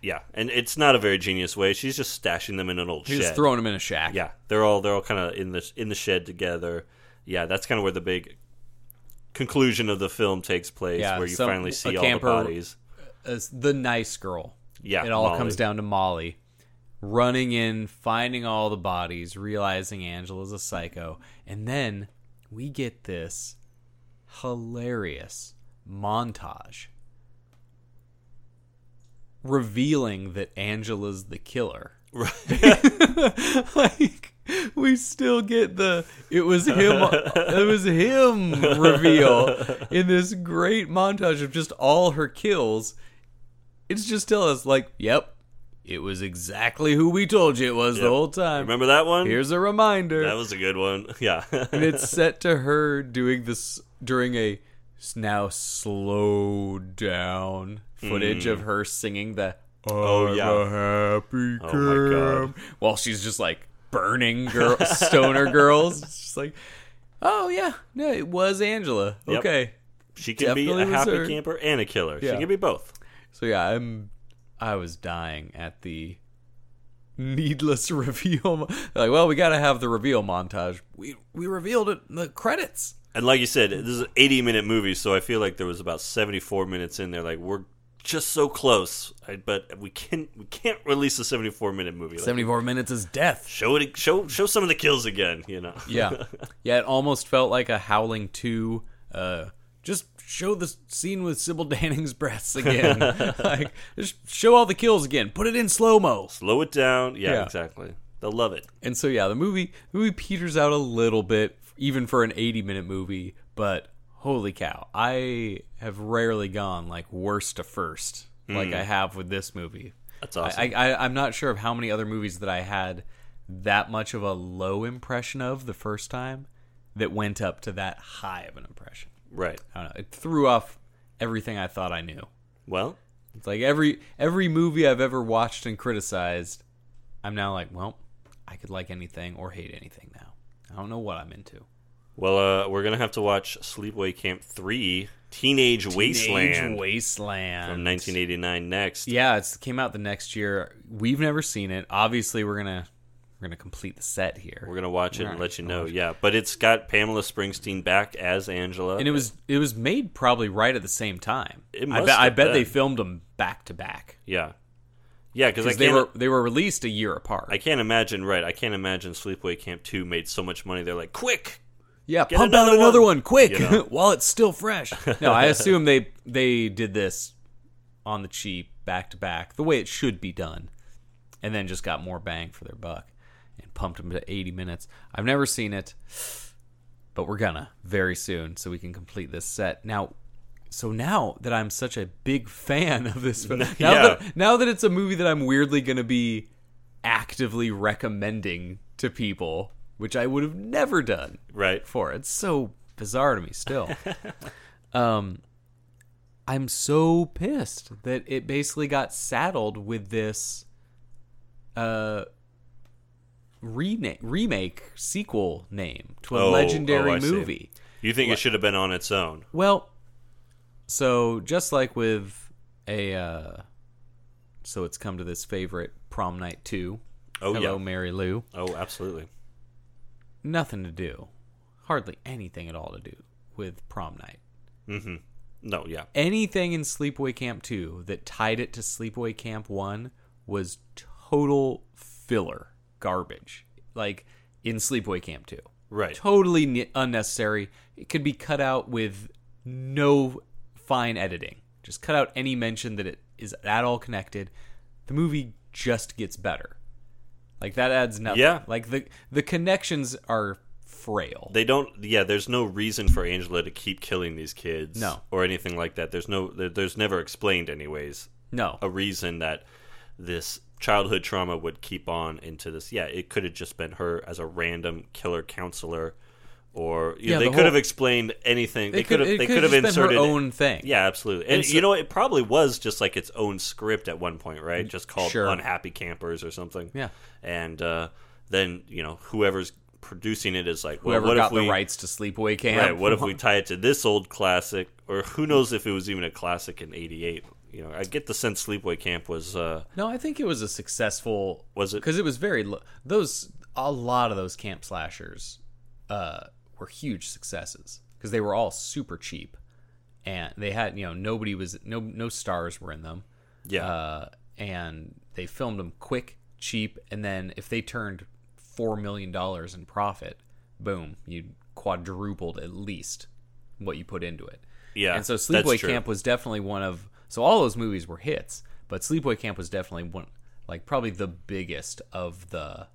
J: Yeah. And it's not a very genius way. She's just stashing them in an old
K: He's
J: shed.
K: throwing them in a shack.
J: yeah. They're all they're all kinda in the in the shed together. Yeah, that's kind of where the big conclusion of the film takes place
K: Yeah,
J: where you
K: some-
J: finally
K: a
J: see all
K: camper-
J: the bodies.
K: As the nice girl.
J: Yeah,
K: It all
J: Molly.
K: comes down to Molly running in, finding all the bodies, realizing Angela's a psycho, and then we get this hilarious montage revealing that Angela's the killer. Right. like we still get the it was him it was him reveal in this great montage of just all her kills. It's just telling us like, yep, it was exactly who we told you it was the
J: Yep.
K: whole time.
J: Remember that one?
K: Here's a reminder.
J: that was a good one. Yeah.
K: and it's set to her doing this during a s- now slow down footage of her singing the
J: Hmm. Oh,
K: I'm
J: yeah.
K: a happy
J: Oh, my
K: girl," while she's just like burning girl stoner girls. It's just like, oh yeah, no, it was Angela.
J: Yep.
K: Okay,
J: she can be a
K: definitely was
J: happy
K: her.
J: camper and a killer.
K: Yeah.
J: She can be both.
K: so yeah, I'm I was dying at the needless reveal. mo- Like, well, we got to have the reveal montage. We we revealed it in the credits.
J: And like you said, this is an 80 minute movie, so I feel like there was about 74 minutes in there. Like we're just so close, I, but we can we can't release a 74 minute movie. Like,
K: 74 minutes is death.
J: Show it. Show show some of the kills again. You know.
K: Yeah. yeah, it almost felt like a Howling 2. Uh, just show the scene with Sybil Danning's breasts again. like, just show all the kills again. Put it in slow mo.
J: Slow it down. Yeah,
K: Yeah.
J: Exactly. They'll love it.
K: And so, yeah, the movie, the movie peters out a little bit, even for an 80 minute movie, but holy cow. I have rarely gone like worst to first like I have with this movie.
J: Mm. That's awesome.
K: I, I, I'm not sure of how many other movies that I had that much of a low impression of the first time that went up to that high of an impression.
J: right.
K: I don't know. It threw off everything I thought I knew.
J: Well,
K: It's like every every movie I've ever watched and criticized, I'm now like, well, I could like anything or hate anything now. I don't know what I'm into.
J: well, uh, we're gonna have to watch Sleepaway Camp Three: Teenage, Wasteland
K: Teenage Wasteland.
J: from 1989 next.
K: Yeah, it's came out the next year. We've never seen it. Obviously, we're gonna we're gonna complete the set here.
J: We're gonna watch it and let you know. Yeah, but it's got Pamela Springsteen back as Angela.
K: and it was it was made probably right at the same time.
J: It
K: I
J: must
K: bet I
J: have
K: bet they
J: been.
K: filmed them back to back
J: yeah, yeah, because
K: because they were they were released a year apart.
J: I can't imagine. Right, I can't imagine Sleepaway Camp Two made so much money. They're like, quick.
K: yeah,
J: Get
K: pump out
J: another
K: another
J: one.
K: one quick
J: You know.
K: while it's still fresh. No, I assume they they did this on the cheap back to back the way it should be done, and then just got more bang for their buck and pumped them to eighty minutes. I've never seen it, but we're gonna very soon so we can complete this set now. So now that I'm such a big fan of this film, now,
J: Yeah.
K: that, now that it's a movie that I'm weirdly going to be actively recommending to people, which I would have never done
J: Right.
K: for. It's so bizarre to me still. um I'm so pissed that it basically got saddled with this uh rena- remake sequel name to a
J: Oh,
K: legendary
J: oh, I see.
K: movie.
J: You think it should have been on its own?
K: Well, so just like with a uh so it's come to this favorite prom night 2.
J: Oh
K: Hello
J: yeah.
K: Mary Lou
J: Oh, absolutely.
K: nothing to do, hardly anything at all to do with prom night.
J: No, yeah.
K: Anything in Sleepaway Camp 2 that tied it to Sleepaway Camp 1 was total filler garbage. Like in Sleepaway Camp 2.
J: Right.
K: Totally ne- unnecessary. It could be cut out with no fine editing. Just cut out any mention that it is at all connected. The movie just gets better. Like that adds nothing.
J: Yeah.
K: Like the the connections are frail.
J: They don't. Yeah, there's no reason for Angela to keep killing these kids.
K: No.
J: or anything like that. There's no. there- There's never explained, anyways,
K: no,
J: a reason that this childhood trauma would keep on into this. Yeah, it could have just been her as a random killer counselor, or you know,
K: Yeah,
J: they
K: the
J: could
K: whole-
J: have explained anything. They
K: It
J: could have.
K: it
J: They could have
K: just been her
J: inserted
K: own thing.
J: Yeah, absolutely. And,
K: And so-
J: you know, it probably was just like its own script at one point, right? Just called
K: Mm, Sure.
J: Unhappy Campers or something.
K: Yeah.
J: And uh, then, you know, whoever's producing it is like, well,
K: Whoever
J: what
K: got
J: if we,
K: the rights to sleepaway camp.
J: Right, what if we tie it to this old classic? Or who knows if it was even a classic in 88. You know, I get the sense Sleepaway Camp was, uh,
K: No, I think it was a successful.
J: Was it?
K: Because it was very lo- those a lot of those camp slashers uh, were huge successes because they were all super cheap and they had you know nobody was no no stars were in them
J: yeah.
K: uh, and they filmed them quick cheap and then if they turned four million dollars in profit boom you quadrupled at least what you put into it
J: yeah.
K: and so
J: that's
K: Sleepaway
J: true.
K: Camp was definitely one of so all those movies were hits, but Sleepaway Camp was definitely one like probably the biggest of the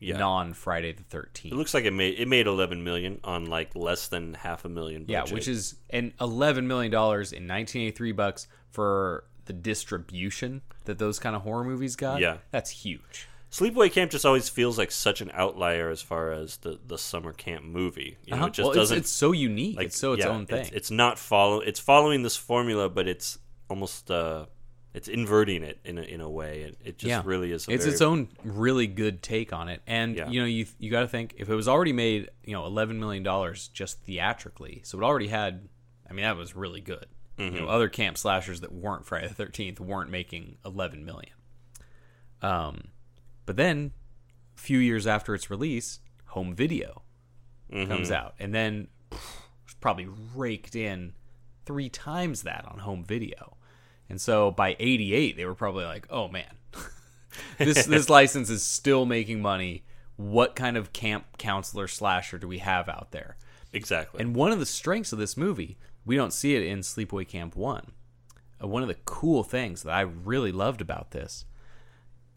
J: Yeah.
K: non Friday the Thirteenth.
J: It looks like it made it made 11 million on like less than half a million.
K: yeah,
J: budget.
K: which is an eleven million dollars in nineteen eighty three bucks for the distribution that those kind of horror movies got.
J: Yeah.
K: that's huge.
J: Sleepaway Camp just always feels like such an outlier as far as the, the summer camp movie. You know,
K: Uh-huh.
J: it just
K: well, it's,
J: doesn't
K: it's so unique.
J: like
K: it's so its
J: yeah,
K: own thing.
J: It's, it's not follow. It's following this formula, but it's almost uh, it's inverting it in a, in a way. It, it just really is. A
K: it's
J: very-
K: its own really good take on it, and
J: Yeah.
K: you know you you got to think if it was already made you know eleven million dollars just theatrically, so it already had. I mean that was really good. You
J: Mm-hmm.
K: know other camp slashers that weren't Friday the Thirteenth weren't making eleven million. Um, but then a few years after its release, home video comes out, and then pff, it's probably raked in three times that on home video. And so by 88 they were probably like, "Oh man, this this license is still making money. What kind of camp counselor slasher do we have out there?
J: exactly.
K: And one of the strengths of this movie, we don't see it in Sleepaway Camp 1. Uh, One of the cool things that I really loved about this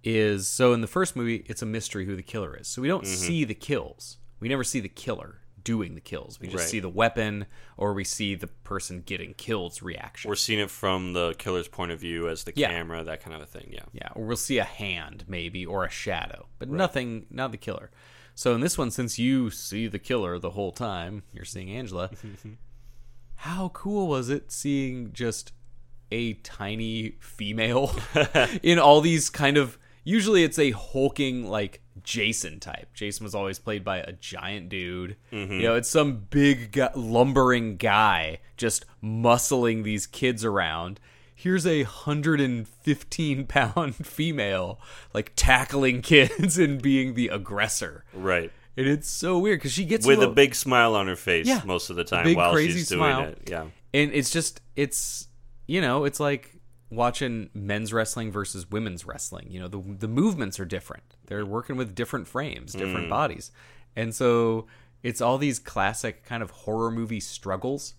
K: is so in the first movie, it's a mystery who the killer is. So we
J: Mm-hmm.
K: don't see the kills. We never see the killer doing the kills. We just
J: Right.
K: see the weapon or we see the person getting killed's reaction.
J: We're seeing it from the killer's point of view as the
K: Yeah.
J: camera, that kind of a thing. Yeah.
K: Yeah, or we'll see a hand maybe or a shadow, but nothing, not the killer. So in this one, since you see the killer the whole time, you're seeing Angela. how cool was it seeing just a tiny female in all these kind of? Usually, it's a hulking like Jason type. Jason was always played by a giant dude.
J: Mm-hmm.
K: You know, it's some big gu lumbering guy just muscling these kids around here's a 115 pound female like tackling kids and being the aggressor
J: Right.
K: and it's so weird because she gets
J: With
K: to
J: a big smile on her face
K: Yeah.
J: most of the
K: A
J: time
K: big
J: while
K: crazy
J: she's doing
K: smile.
J: it. Yeah.
K: and it's just it's you know it's like watching men's wrestling versus women's wrestling you know the, the movements are different they're working with different frames different
J: Mm.
K: bodies and so it's all these classic kind of horror movie struggles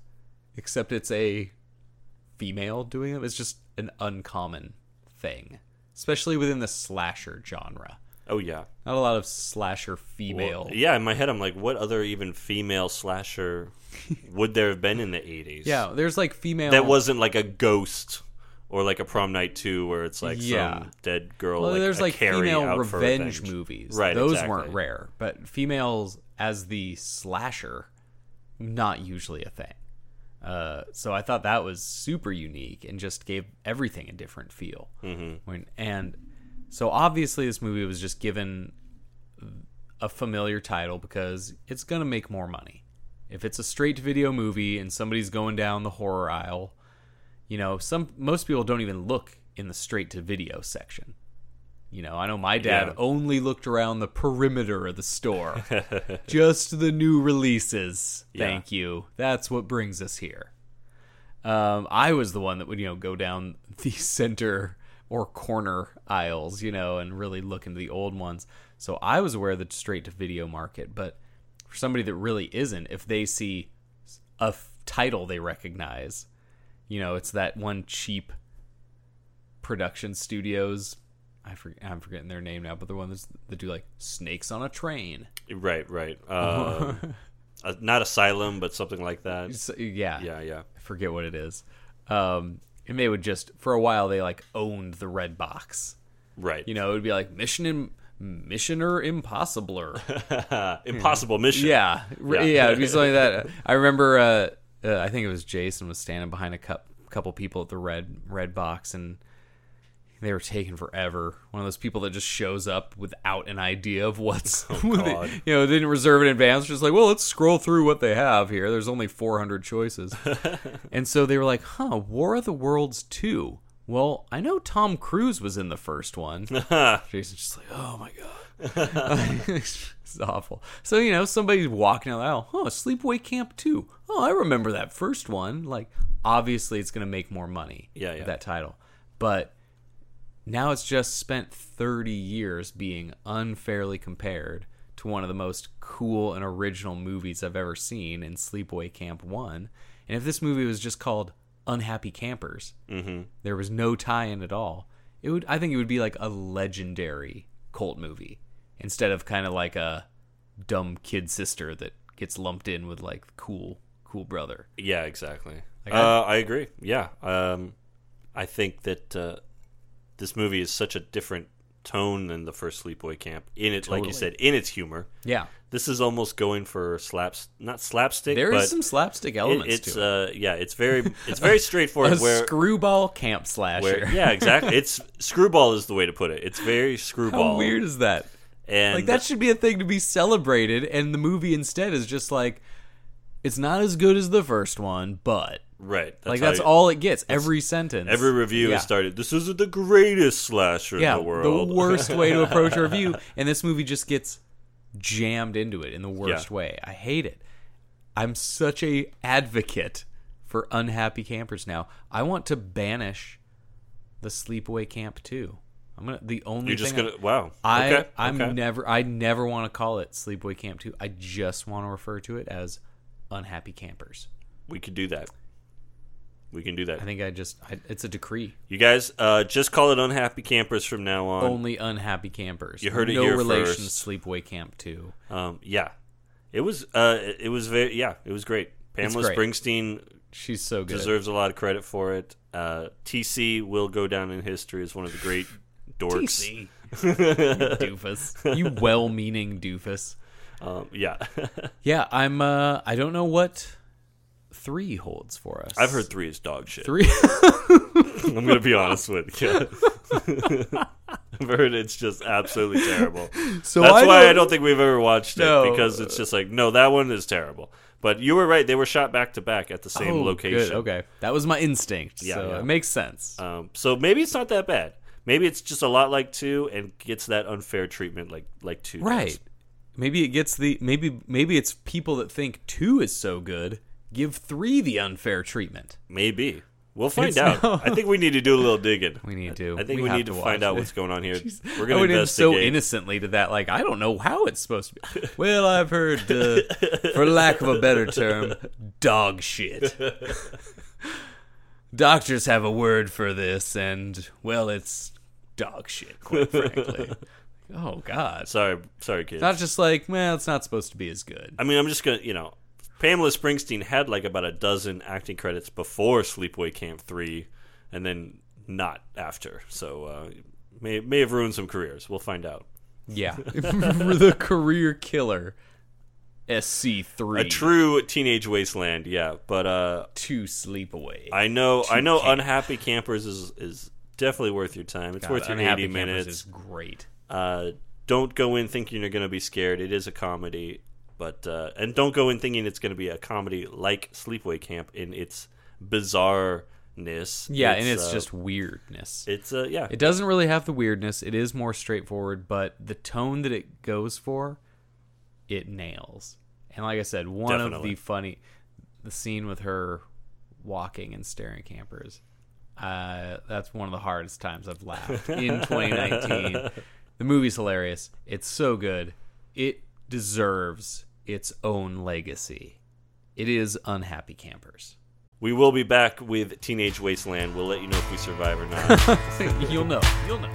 K: except it's a female doing it it's just an uncommon thing especially within the slasher genre
J: Oh yeah.
K: not a lot of slasher
J: Well,
K: female
J: yeah. In my head, I'm like, what other even female slasher would there have been in the 80s?
K: yeah there's like female
J: that wasn't like a ghost or like a prom night two where it's like
K: Yeah.
J: some dead girl.
K: Well,
J: like
K: there's
J: a
K: like
J: Carrie
K: female
J: out for
K: revenge
J: revenge
K: movies.
J: Right,
K: Those
J: exactly.
K: weren't rare, but females as the slasher, not usually a thing. Uh, so I thought that was super unique and just gave everything a different feel. Mm-hmm. When, and so obviously this movie was just given a familiar title because it's gonna make more money. If it's a straight to video movie and somebody's going down the horror aisle, you know, some most people don't even look in the straight to video section. You know, I know my dad
J: Yeah.
K: only looked around the perimeter of the store. Just the new releases. Thank you. That's what brings us here. Um, I was the one that would, you know, go down the center or corner aisles, you know, and really look into the old ones. So I was aware of the straight to video market, but for somebody that really isn't, if they see a f- title they recognize, you know, it's that one cheap production studios I for, I'm forgetting their name now, but the one that's, that do like snakes on a train.
J: Right, right. Uh, uh, not asylum, but something like that.
K: So, yeah,
J: Yeah, yeah.
K: I forget what it is. Um, and they would just for a while they like owned the red box.
J: Right.
K: You know, it would be like Mission Im- Missioner Impossibler.
J: impossible mission.
K: Hmm. Yeah,
J: Yeah.
K: yeah, yeah it'd be something like that. I remember, uh, uh, I think it was Jason was standing behind a cup, couple people at the red red box, and they were taking forever. One of those people that just shows up without an idea of what's,
J: Oh, God.
K: you know, didn't reserve in advance. Just like, well, let's scroll through what they have here. There's only 400 choices, and so they were like, huh, War of the Worlds two. Well, I know Tom Cruise was in the first one. Jason's just like, oh my god. it's awful. So you know, somebody's walking out. Oh, huh, Sleepaway Camp too. Oh, I remember that first one. Like, obviously, it's going to make more money.
J: Yeah, yeah.
K: That title, but now it's just spent thirty years being unfairly compared to one of the most cool and original movies I've ever seen in Sleepaway Camp One. And if this movie was just called Unhappy Campers, there was no tie-in at all. It would, I think, it would be like a legendary cult movie instead of kind of like a dumb kid sister that gets lumped in with like cool cool brother.
J: Yeah, exactly.
K: Like, I-
J: uh, I agree. Yeah, um, I think that uh, this movie is such a different tone than the first Sleepaway Camp. In it, like you
K: Totally.
J: said, in its humor,
K: Yeah,
J: this is almost going for slaps, not slapstick.
K: there
J: but
K: is some slapstick
J: it-
K: elements
J: it's
K: to it.
J: uh, yeah, it's very it's very straightforward.
K: a
J: where
K: screwball camp slasher.
J: where yeah, exactly. It's screwball is the way to put it. It's very screwball.
K: How weird is that?
J: and
K: Like that should be a thing to be celebrated, and the movie instead is just like, it's not as good as the first one, but
J: right. That's
K: like
J: how
K: that's
J: you-
K: all it gets. Every sentence,
J: Every review
K: Yeah.
J: has started. This isn't the greatest slasher
K: yeah,
J: in the world.
K: worst way to approach a review, and this movie just gets jammed into it in the worst
J: Yeah.
K: way. I hate it. I'm such a advocate for unhappy campers now. I want to banish the sleepaway camp too. I'm gonna the only
J: You're just
K: thing
J: gonna wow.
K: I
J: okay.
K: I'm
J: okay.
K: never I never want to call it sleepaway camp two. I just want to refer to it as unhappy campers.
J: We could do that. We can do
K: I
J: that.
K: think I just I, it's a decree.
J: You guys, uh, just call it unhappy campers from now on.
K: Only unhappy campers.
J: You heard it
K: no
J: here
K: relation
J: first.
K: to sleepaway camp two.
J: Um, yeah, it was. Uh, it was very. Yeah, it was great. Pamela
K: great.
J: Springsteen
K: She's so good.
J: deserves a lot of credit for it. Uh, TC will go down in history as one of the great dorks.
K: you doofus. You well-meaning doofus.
J: Um, yeah,
K: Yeah, I'm. uh I don't know what three holds for us.
J: I've heard three is dog shit.
K: three.
J: I'm gonna be honest with you. I've heard it's just absolutely terrible.
K: so
J: That's
K: I
J: why
K: don't-
J: I don't think we've ever watched it
K: No.
J: because it's just like no, that one is terrible. But you were right; they were shot back to back at the same
K: Oh,
J: location.
K: Good. Okay, that was my instinct.
J: Yeah,
K: so
J: yeah.
K: it makes sense.
J: Um, so maybe it's not that bad. Maybe it's just a lot like two and gets that unfair treatment like like two. does.
K: right. Maybe it gets the maybe maybe it's people that think two is so good give three the unfair treatment.
J: Maybe we'll find
K: It's
J: out.
K: not-
J: I think we need to do a little digging.
K: We need to.
J: I think
K: We
J: we,
K: have
J: need
K: to
J: to, find
K: watch
J: out
K: it.
J: went's going on here. We're
K: I
J: gonna
K: went in so
J: investigate.
K: innocently to that. Like I don't know how it's supposed to be. Well, I've heard, uh, for lack of a better term, dog shit. Doctors have a word for this, and well, it's dog shit. Quite frankly. oh God.
J: sorry, sorry, kids.
K: Not just like, well, it's not supposed to be as good.
J: I mean, I'm just gonna, you know, Pamela Springsteen had like about a dozen acting credits before Sleepaway Camp three, and then not after. So uh, may may have ruined some careers. We'll find out.
K: Yeah. the career killer. SC3.
J: A true teenage wasteland, yeah. But uh,
K: two sleepaway.
J: I know, I know,
K: camp.
J: unhappy campers is is definitely worth your time. It's
K: God,
J: worth your
K: Unhappy
J: eighty
K: Campers
J: minutes.
K: is great.
J: Uh, don't go in thinking you're going to be scared. It is a comedy, but uh, and don't go in thinking it's going to be a comedy like Sleepaway Camp in its bizarreness.
K: Yeah, and it's
J: uh,
K: just weirdness.
J: it's uh, yeah,
K: It doesn't really have the weirdness. It is more straightforward, but the tone that it goes for, it nails. And like I said, one of
J: Definitely.
K: the funny, the scene with her walking and staring at campers. Uh, that's one of the hardest times I've laughed in 2019. the movie's hilarious. It's so good. It deserves its own legacy. It is unhappy campers.
J: we will be back with Teenage Wasteland. We'll let you know if we survive or not.
K: You'll know. You'll know.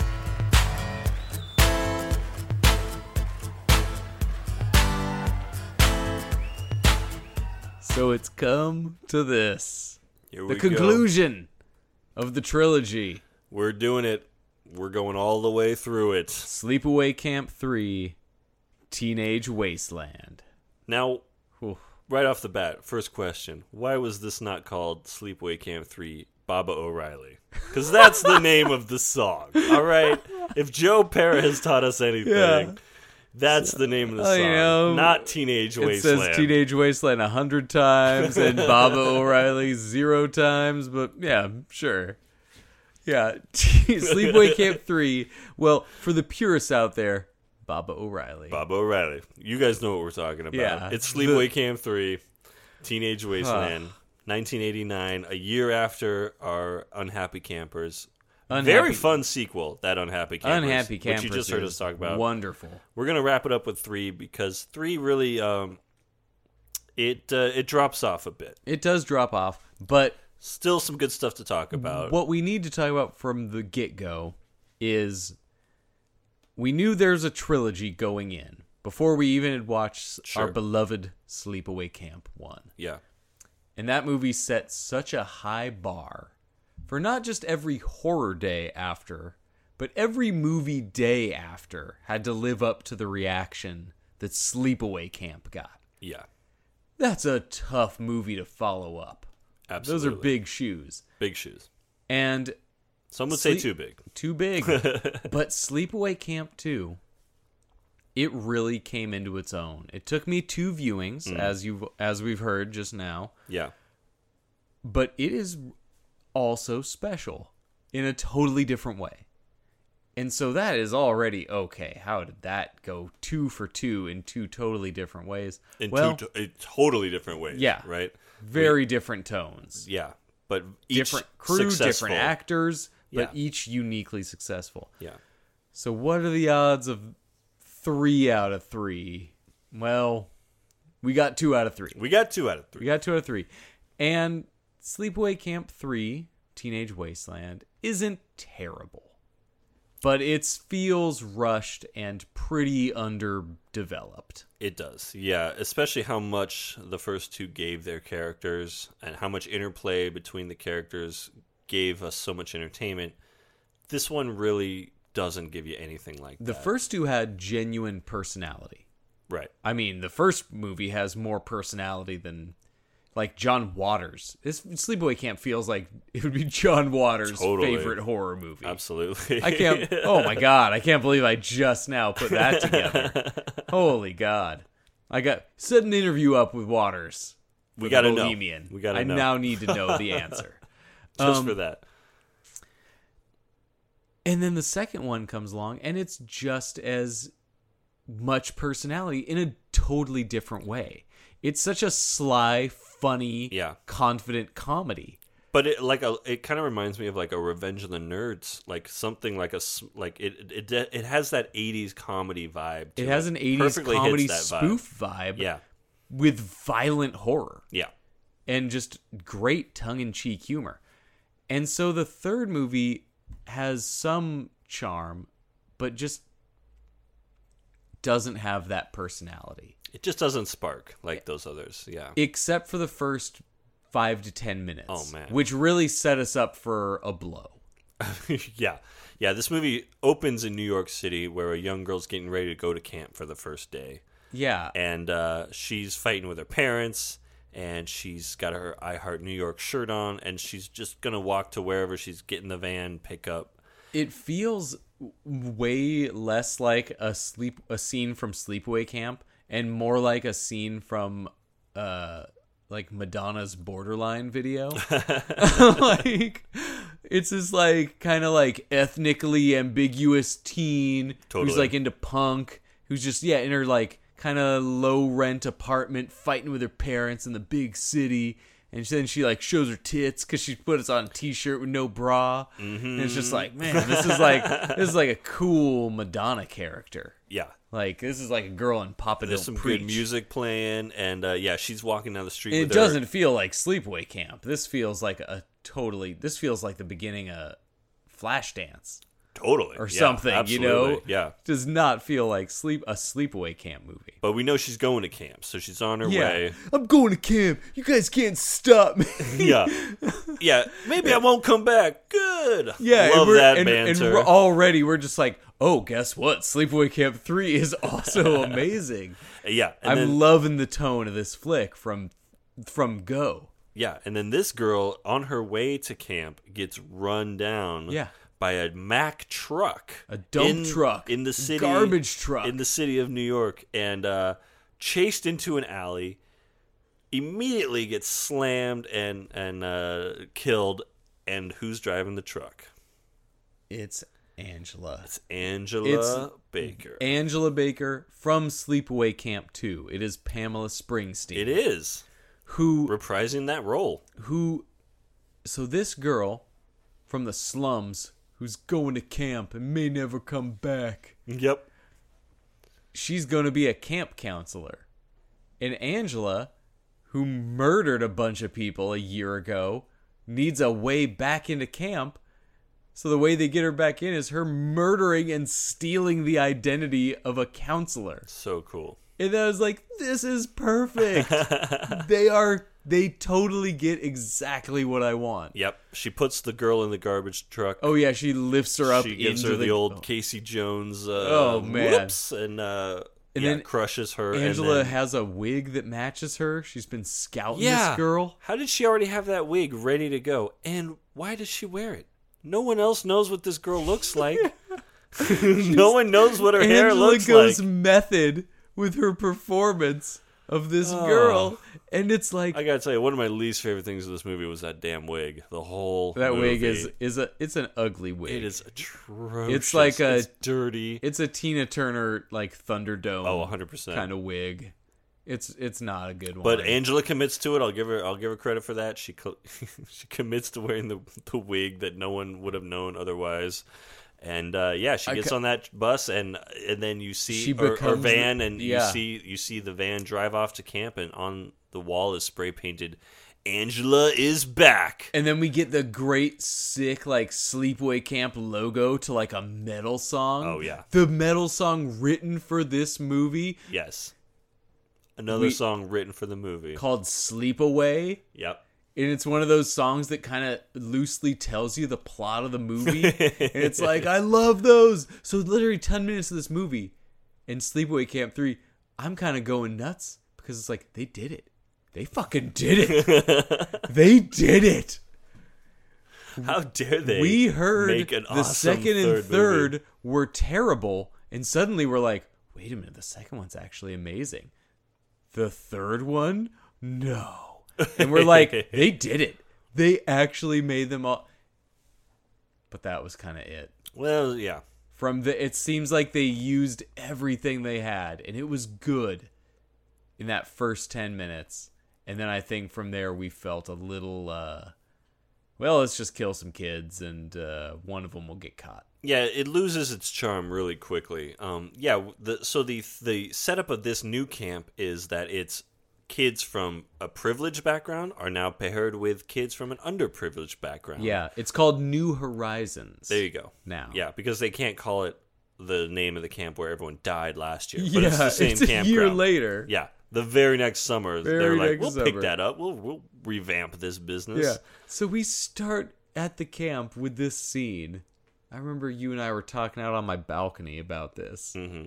K: So it's come to this.
J: Here
K: The
J: we go.
K: conclusion of the trilogy.
J: We're doing it. We're going all the way through it.
K: Sleepaway Camp 3, Teenage Wasteland.
J: Now,
K: Whew.
J: right off the bat, first question: Why was this not called Sleepaway Camp Three? Baba O'Reilly, because that's the name of the song. All right. If Joe Para has taught us anything,
K: Yeah.
J: that's the name of the
K: Oh,
J: song,
K: you know,
J: not Teenage
K: It
J: Wasteland.
K: says Teenage Wasteland a hundred times and Baba O'Reilly zero times, but yeah, sure. Yeah, Sleepaway Camp 3. Well, for the purists out there, Baba O'Reilly.
J: Bob O'Reilly. You guys know what we're talking about.
K: Yeah.
J: It's Sleepaway Camp 3, Teenage Wasteland, 1989, a year after our Unhappy Campers.
K: Unhappy-
J: Very fun sequel, that Unhappy Campers.
K: Unhappy Campers.
J: Which you just heard
K: is
J: us talk about.
K: Wonderful.
J: We're going to wrap it up with 3 because 3 really um it uh, it drops off a bit.
K: It does drop off, but
J: Still some good stuff to talk about.
K: what we need to talk about from the get go is we knew there's a trilogy going in before we even had watched
J: Sure.
K: our beloved Sleepaway Camp 1.
J: Yeah.
K: And that movie set such a high bar for not just every horror day after, but every movie day after had to live up to the reaction that Sleepaway Camp got.
J: Yeah.
K: That's a tough movie to follow up.
J: Absolutely.
K: Those are big shoes.
J: big shoes.
K: And
J: Some would say
K: Sleep-
J: too big.
K: too big. but Sleepaway Camp 2, it really came into its own. It took me two viewings, as you've as we've heard just now,
J: Yeah.
K: but it is also special in a totally different way. And so that is already okay. How did that go two for two in two totally different ways?
J: In
K: well,
J: two to- in totally different ways.
K: Yeah.
J: Right?
K: very different tones.
J: Yeah, but each
K: Different crew,
J: successful.
K: different actors, but
J: Yeah.
K: each uniquely successful.
J: Yeah,
K: So what are the odds of three out of three? Well, we got two out of three.
J: we got two out of
K: We
J: three.
K: got two out of three. And Sleepaway Camp 3, Teenage Wasteland, isn't terrible. But it feels rushed and pretty underdeveloped.
J: It does. Yeah, especially how much the first two gave their characters and how much interplay between the characters gave us so much entertainment. This one really doesn't give you anything like
K: The
J: that.
K: first two had genuine personality.
J: right.
K: I mean, the first movie has more personality than like John Waters. This Sleepaway Camp feels like it would be John Waters'
J: Totally.
K: favorite horror movie.
J: Absolutely.
K: I can't. Oh my god! I can't believe I just now put that together. Holy god! I got set an interview up with Waters.
J: we
K: with
J: got to know.
K: Bohemian.
J: We got
K: I
J: to know.
K: now need to know the answer.
J: just
K: um,
J: for that.
K: And then the second one comes along, and it's just as much personality in a totally different way. It's such a sly, funny,
J: Yeah.
K: confident comedy.
J: But it like a, it kind of reminds me of like a Revenge of the Nerds, like something like a s- like it it it- it has that '80s comedy vibe. To
K: It has an '80s
J: Perfectly hits
K: comedy
J: that vibe.
K: spoof vibe,
J: Yeah,
K: with violent horror.
J: yeah,
K: and just great tongue in cheek humor. And so the third movie has some charm, but just doesn't have that personality,
J: it just doesn't spark like those others. Yeah,
K: except for the first five to 10 minutes.
J: Oh, man.
K: Which really set us up for a blow.
J: yeah, yeah. This movie opens in New York City, where a young girl's getting ready to go to camp for the first day,
K: Yeah.
J: and uh, she's fighting with her parents. And she's got her I Heart New York shirt on, and she's just gonna walk to wherever she's getting the van, pick up.
K: It feels w- way less like a sleep a scene from Sleepaway Camp and more like a scene from uh like Madonna's Borderline video. like it's this like kind of like ethnically ambiguous teen
J: Totally.
K: who's like into punk, who's just yeah, in her like kind of low rent apartment fighting with her parents in the big city. And then she like shows her tits because she puts on a t-shirt with no bra, and it's just like, man, this is like this is like a cool Madonna character.
J: Yeah,
K: Like this is like a girl in Papa
J: There's some
K: Don't Preach.
J: good music playing, and uh, yeah, she's walking down the street.
K: It
J: with
K: doesn't
J: Her.
K: feel like sleepaway camp. This feels like a totally. This feels like the beginning of Flashdance.
J: Totally.
K: or
J: Yeah,
K: something, you know?
J: absolutely. Yeah.
K: Does not feel like sleep a sleepaway camp movie.
J: But we know she's going to camp, so she's on her way.
K: I'm going to camp. You guys can't stop me.
J: Yeah. Yeah. Maybe I won't come back. Good.
K: yeah, and
J: Love
K: we're-
J: that
K: and, and
J: banter.
K: we're already we're just like, oh, guess what? Sleepaway Camp Three is also amazing.
J: yeah. And
K: I'm
J: then,
K: loving the tone of this flick from from go.
J: yeah. And then this girl on her way to camp gets run down.
K: Yeah.
J: By a Mack truck,
K: A dump
J: in-
K: truck.
J: in the city,
K: Garbage truck.
J: in the city of New York, and uh, chased into an alley. Immediately gets slammed and and uh, killed. And who's driving the truck?
K: It's Angela.
J: It's Angela Baker.
K: Angela Baker from Sleepaway Camp 2. It is Pamela Springsteen.
J: It is
K: Who
J: reprising that role.
K: who so this girl from the slums who's going to camp and may never come back
J: Yep.
K: she's going to be a camp counselor and angela who murdered a bunch of people a year ago needs a way back into camp so the way they get her back in is her murdering and stealing the identity of a counselor
J: So cool.
K: and I was like, this is perfect. they are they totally get exactly what I want.
J: Yep. She puts the girl in the garbage truck.
K: Oh yeah, she lifts her up
J: she gives
K: into oh.
J: her the, old Casey Jones. Uh, oh
K: man.
J: Whoops, and uh,
K: And
J: yeah,
K: then
J: crushes her. and
K: Angela
J: then-
K: has a wig that matches her. She's been scouting
J: yeah,
K: this girl.
J: How did she already have that wig ready to go? And why does she wear it? No one else knows what this girl looks like. no one knows what her hair
K: Angela
J: looks
K: goes
J: like.
K: method with her performance of this girl and it's like
J: Oh. I gotta tell you, one of my least favorite things of this movie was that damn wig. The whole
K: that wig
J: movie.
K: is is a it's an ugly wig.
J: It is atrocious.
K: It's like a-
J: It's dirty.
K: It's a Tina Turner like Thunderdome
J: Oh, 100%.
K: kind of wig. It's it's not a good one.
J: but Angela commits to it. I'll give her. I'll give her credit for that. She co- she commits to wearing the the wig that no one would have known otherwise. And uh, yeah, she
K: I
J: gets
K: ca-
J: on that bus, and and then you see
K: She
J: or, or
K: becomes the-
J: van, and you
K: yeah.
J: see you see the van drive off to camp, and on the wall is spray painted, "Angela is back."
K: And then we get the great, sick, like sleepaway camp logo to like a metal song.
J: Oh, yeah.
K: the metal song written for this movie
J: yes, another
K: We-
J: song written for the movie.
K: called "Sleepaway,"
J: yep,
K: and it's one of those songs that kind of loosely tells you the plot of the movie. and it's like, I love those. So literally ten minutes of this movie and Sleepaway Camp Three, I'm kind of going nuts because it's like they did it. They fucking did it. they did it.
J: how dare they?
K: we heard
J: make an
K: the
J: awesome
K: second and
J: movie.
K: third were terrible, and suddenly we're like, wait a minute, the second one's actually amazing. The third one, no, and we're like, they did it. They actually made them all. But that was kind of it.
J: Well, yeah.
K: From the, it seems like they used everything they had, and it was good in that first ten minutes. And then I think from there we felt a little, uh, well, let's just kill some kids, and uh, one of them will get caught.
J: Yeah, it loses its charm really quickly. Um, yeah, w- the, so the the setup of this new camp is that it's kids from a privileged background are now paired with kids from an underprivileged background.
K: Yeah, it's called New Horizons.
J: Uh-huh. there you go.
K: Now.
J: yeah, because they can't call it the name of the camp where everyone died last year. But it's
K: Yeah,
J: the same
K: it's a
J: camp.
K: year later.
J: Yeah, the very next summer, they're
K: Very
J: like,
K: next
J: "We'll pick
K: summer.
J: that up. We'll we'll revamp this business."
K: Yeah. So we start at the camp with this scene. I remember you and I were talking out on my balcony about this. Mm-hmm.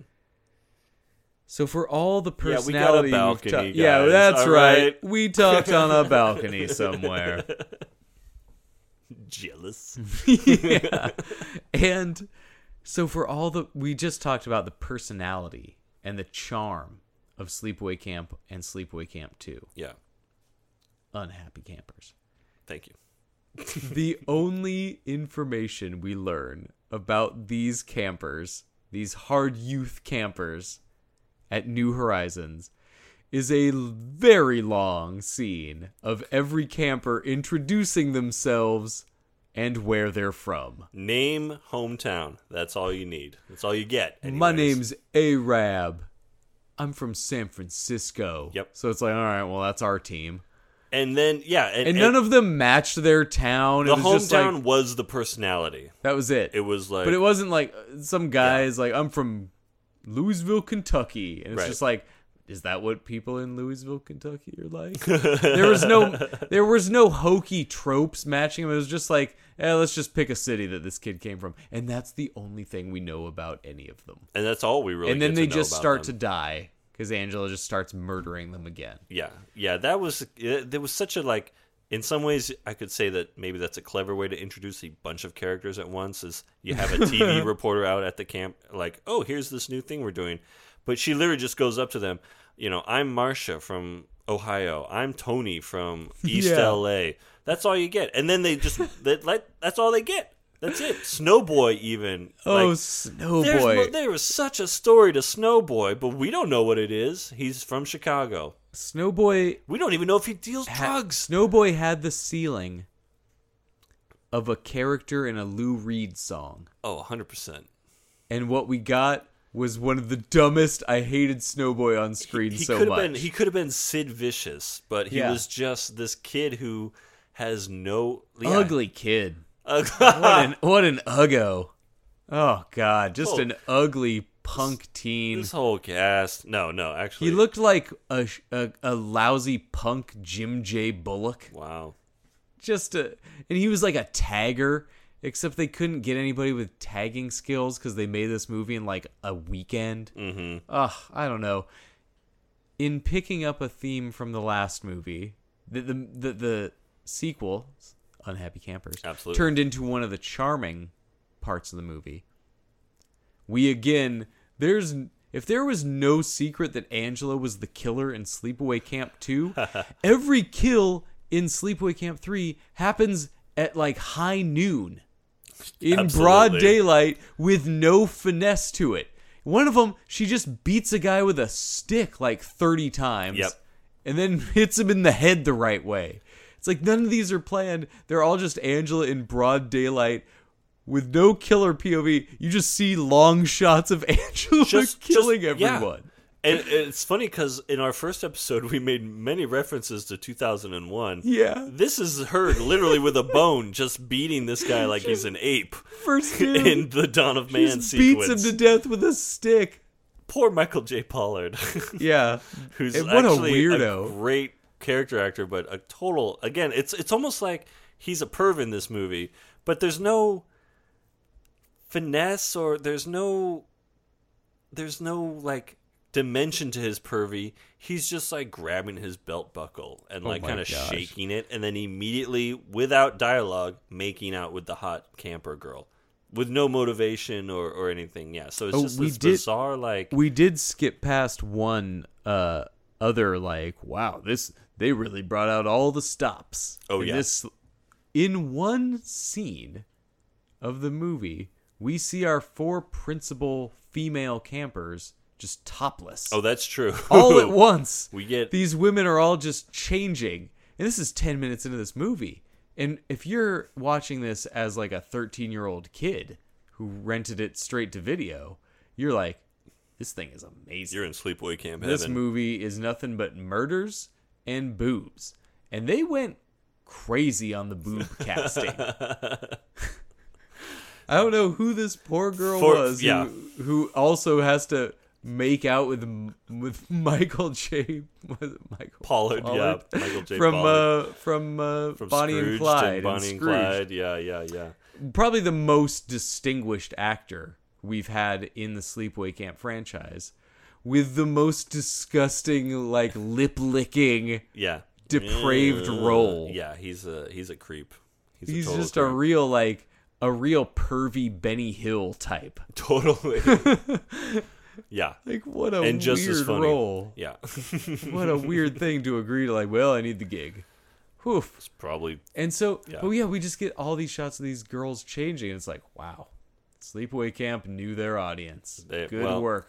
K: So for all the
J: Yeah, we got a
K: personality, we've
J: balcony,
K: ta- yeah,
J: guys,
K: that's
J: all
K: right.
J: right.
K: We talked on a balcony somewhere,
J: Jealous.
K: and so for all the we just talked about the personality and the charm of Sleepaway Camp and Sleepaway Camp Two,
J: yeah,
K: unhappy campers.
J: thank you.
K: the only information we learn about these campers, these hard youth campers at New Horizons, is a very long scene of every camper introducing themselves and where they're from.
J: Name hometown. That's all you need. That's all you get.
K: My
J: anyways.
K: name's Arab. I'm from San Francisco.
J: Yep.
K: So it's like, all right, well, that's our team.
J: and then yeah, and,
K: And none of them matched their town.
J: the
K: it was just
J: hometown
K: like,
J: was the personality.
K: that was it.
J: It was like
K: but it wasn't like uh, some guys like I'm from Louisville, Kentucky, and it's
J: Right.
K: just like, is that what people in Louisville, Kentucky are like? there was no, there was no hokey tropes matching him. It was just like, eh, let's just pick a city that this kid came from, and that's the only thing we know about any of them.
J: and that's all we really.
K: and then
J: get
K: they
J: to know
K: just
J: about
K: start
J: them.
K: to die because Angela just starts murdering them again.
J: Yeah, yeah, that was it- there was such a like. In some ways, I could say that maybe that's a clever way to introduce a bunch of characters at once. Is you have a TV reporter out at the camp, like, oh, here's this new thing we're doing, but she literally just goes up to them. You know, I'm Marcia from Ohio. I'm Tony from East
K: Yeah.
J: LA. That's all you get, and then they just that like that's all they get. That's it. Snowboy even.
K: oh,
J: like, there's
K: Snowboy.
J: mo- there was such a story to Snowboy, but we don't know what it is. He's from Chicago.
K: Snowboy
J: We don't even know if he deals drugs.
K: Snowboy had the ceiling of a character in a Lou Reed song.
J: Oh, 100%.
K: And what we got was one of the dumbest I hated Snowboy on screen
J: He
K: so
J: could have
K: much.
J: been he could have been Sid Vicious, but he
K: Yeah.
J: was just this kid who has no yeah.
K: Ugly kid.
J: Ug-
K: What an what an uggo. Oh god, just
J: Oh.
K: an ugly punk teen.
J: this whole cast. No, no, actually.
K: He looked like a, sh- a a lousy punk Jim J Bullock.
J: wow.
K: just a and he was like a tagger except they couldn't get anybody with tagging skills because they made this movie in like a weekend mm-hmm. ugh i don't know in picking up a theme from the last movie the the the, the sequel unhappy campers
J: Absolutely.
K: turned into one of the charming parts of the movie we again there's if there was no secret that Angela was the killer in Sleepaway Camp 2, every kill in Sleepaway Camp 3 happens at like high noon in broad
J: Absolutely.
K: daylight with no finesse to it. One of them, she just beats a guy with a stick like 30 times
J: Yep.
K: and then hits him in the head the right way. It's like none of these are planned. They're all just Angela in broad daylight with no killer POV. You just see long shots of Angela
J: Just
K: killing
J: just- yeah.
K: everyone.
J: And it's funny because in our first episode, we made many references to 2001.
K: Yeah.
J: This is her literally with a bone just beating this guy like he's an ape
K: First kid
J: in the Dawn of
K: she
J: Man
K: just
J: sequence.
K: beats him to death with a stick.
J: Poor Michael J. Pollard.
K: Yeah.
J: who's
K: And what a
J: actually a
K: weirdo.
J: great character actor, but a total again. It's it's almost like he's a perv in this movie, but there's no finesse or there's no there's no like dimension to his pervy. He's just like grabbing his belt buckle and like
K: Oh my
J: kind of
K: gosh.
J: shaking it, and then immediately, without dialogue, making out with the hot camper girl. With no motivation or, or anything, yeah. So it's
K: Oh,
J: just
K: we
J: this
K: did-
J: bizarre, like
K: we did skip past one uh other like wow this they really brought out all the stops
J: Oh,
K: in
J: yeah.
K: this in one scene of the movie we see our four principal female campers just topless
J: oh, that's true.
K: all at once
J: We get-
K: these women are all just changing and this is 10 minutes into this movie and if you're watching this as like a 13 year old kid who rented it straight to video you're like this thing is amazing
J: You're in sleepaway camp heaven.
K: this movie is nothing but murders and boobs and they went crazy on the boob casting i don't know who this poor girl
J: For-
K: was
J: yeah.
K: who, who also has to make out with M- with michael j was it michael
J: Pollard, yeah, Michael J.
K: from
J: Pollard.
K: uh from uh
J: From
K: bonnie and
J: Scrooged
K: clyde and
J: Bonnie and
K: Scrooge.
J: Clyde. Yeah, yeah, yeah.
K: probably the most distinguished actor we've had in the Sleepaway Camp franchise, with the most disgusting, like lip licking,
J: Yeah.
K: depraved role.
J: Yeah, he's a he's a creep. He's,
K: he's
J: a total
K: just a
J: creep.
K: real like a real pervy Benny Hill type.
J: totally. yeah.
K: Like what a
J: And just as
K: weird
J: funny.
K: role.
J: Yeah.
K: What a weird thing to agree to. Like, well, I need the gig. Whew.
J: it's probably
K: And so,
J: Yeah.
K: but yeah, we just get all these shots of these girls changing. It's like, wow, Sleepaway Camp knew their audience.
J: They-
K: Good
J: well,
K: work.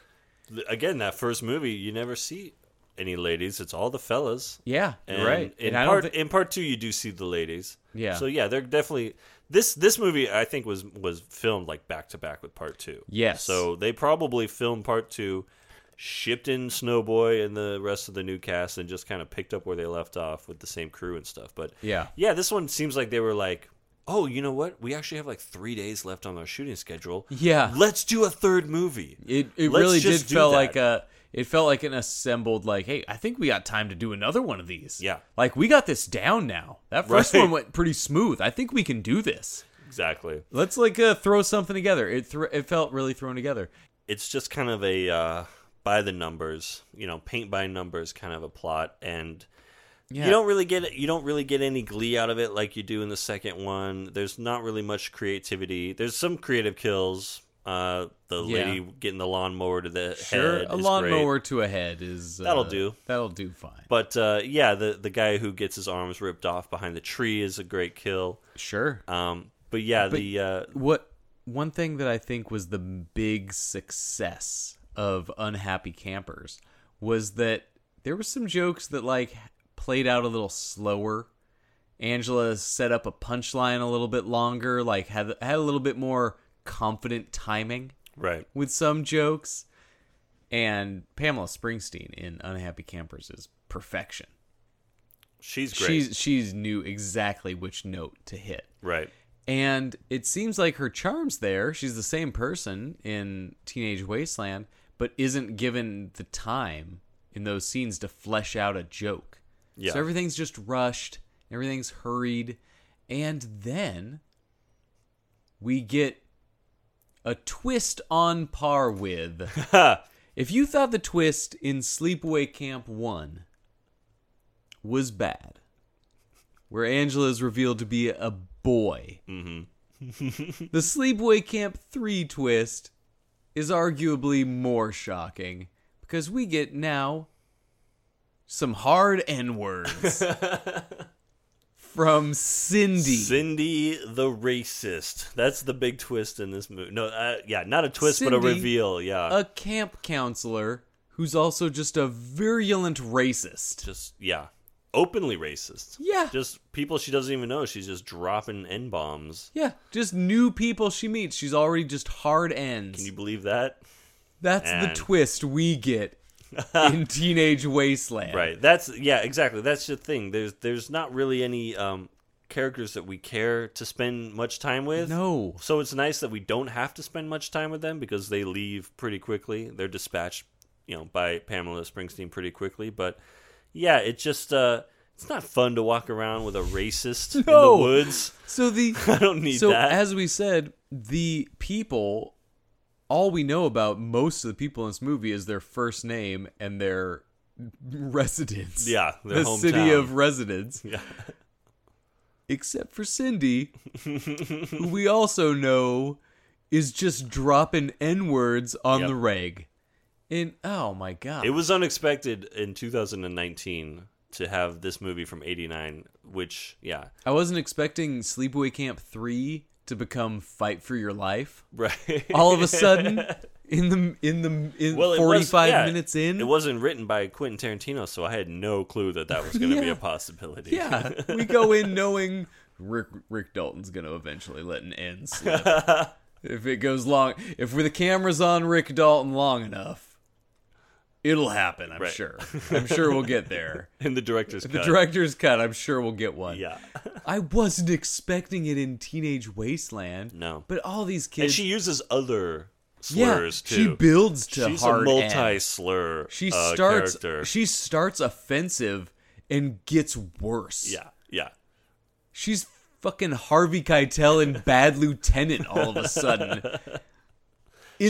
J: again that first movie you never see any ladies. It's all the fellas.
K: Yeah,
J: And
K: right.
J: In
K: And I don't
J: part
K: thi-
J: in part two, you do see the ladies.
K: Yeah.
J: So yeah, they're definitely this this movie. I think was was filmed like back to back with part two.
K: Yes.
J: So they probably filmed part two, shipped in Snowboy and the rest of the new cast and just kind of picked up where they left off with the same crew and stuff. But
K: Yeah.
J: yeah, this one seems like they were like, oh, you know what? We actually have like three days left on our shooting schedule.
K: Yeah.
J: let's do a third movie.
K: It it
J: Let's
K: really did
J: just do
K: feel
J: that.
K: like a it felt like an assembled like, hey, I think we got time to do another one of these.
J: Yeah.
K: Like we got this down now. That first
J: Right.
K: one went pretty smooth. I think we can do this.
J: exactly.
K: Let's like uh, throw something together. It thr it felt really thrown together.
J: it's just kind of a uh, by the numbers, you know, paint by numbers kind of a plot, and you don't really get you don't really get any glee out of it like you do in the second one. There's not really much creativity. There's some creative kills. Uh, the
K: Yeah.
J: lady getting the lawnmower to the
K: sure
J: head,
K: a
J: is
K: lawnmower
J: great.
K: to a head is uh,
J: That'll do.
K: That'll do fine.
J: But uh, yeah, the the guy who gets his arms ripped off behind the tree is a great kill.
K: Sure.
J: Um, but yeah, the uh,
K: what one thing that I think was the big success of Unhappy Campers was that there were some jokes that like played out a little slower. Angela set up a punchline a little bit longer, like had had a little bit more confident timing
J: right,
K: with some jokes. And Pamela Springsteen in Unhappy Campers is perfection.
J: she's great,
K: She's she's knew exactly which note to hit.
J: right,
K: And it seems like her charm's there. She's the same person in Teenage Wasteland, but isn't given the time in those scenes to flesh out a joke.
J: yeah,
K: So everything's just rushed, everything's hurried. And then we get a twist on par with. if you thought the twist in Sleepaway Camp 1 was bad, where Angela is revealed to be a boy,
J: Mm-hmm.
K: the Sleepaway Camp 3 twist is arguably more shocking because we get now some hard N words from Cindy.
J: Cindy the racist. That's the big twist in this movie. No, uh, yeah, not a twist, but a
K: Cindy, Uh,
J: reveal. Yeah,
K: a camp counselor who's also just a virulent racist.
J: just yeah, openly racist.
K: Yeah.
J: just people she doesn't even know. She's just dropping n bombs.
K: Yeah, just new people she meets. She's already just hard ends.
J: Can you believe that?
K: That's the
J: And-
K: twist we get in Teenage Wasteland.
J: Right. That's yeah, exactly. That's the thing. There's there's not really any um, characters that we care to spend much time with.
K: No.
J: So it's nice that we don't have to spend much time with them because they leave pretty quickly. They're dispatched, you know, by Pamela Springsteen pretty quickly. But yeah, it just uh, it's not fun to walk around with a racist
K: No.
J: in the woods.
K: So the
J: I don't need
K: so
J: that.
K: as we said, the people all we know about most of the people in this movie is their first name and their residence.
J: Yeah, their
K: the city
J: hometown.
K: of residence.
J: Yeah.
K: Except for Cindy, who we also know is just dropping n words on
J: Yep.
K: the reg. And oh my god,
J: It was unexpected in 2019 to have this movie from 89 which yeah
K: I wasn't expecting Sleepaway Camp three to become Fight for Your Life.
J: right
K: all of a sudden in the in the in
J: Well, it was-
K: 45
J: yeah,
K: minutes in
J: It wasn't written by Quentin Tarantino, so I had no clue that that was going to be
K: Yeah.
J: a possibility.
K: yeah we go in knowing rick rick dalton's gonna eventually let an end slip if it goes long if the camera's on rick dalton long enough it'll happen i'm
J: Right.
K: sure i'm sure we'll get there
J: in the director's
K: the
J: cut.
K: director's cut i'm sure we'll get one
J: yeah.
K: i wasn't expecting it in teenage wasteland
J: No.
K: but all these kids
J: And she uses other
K: yeah,
J: slurs too.
K: she builds to
J: She's
K: hard
J: a
K: N.
J: multi-slur.
K: She
J: uh,
K: starts
J: Character.
K: she starts offensive and gets worse.
J: yeah. Yeah.
K: She's fucking Harvey Keitel and Bad Lieutenant all of a sudden. In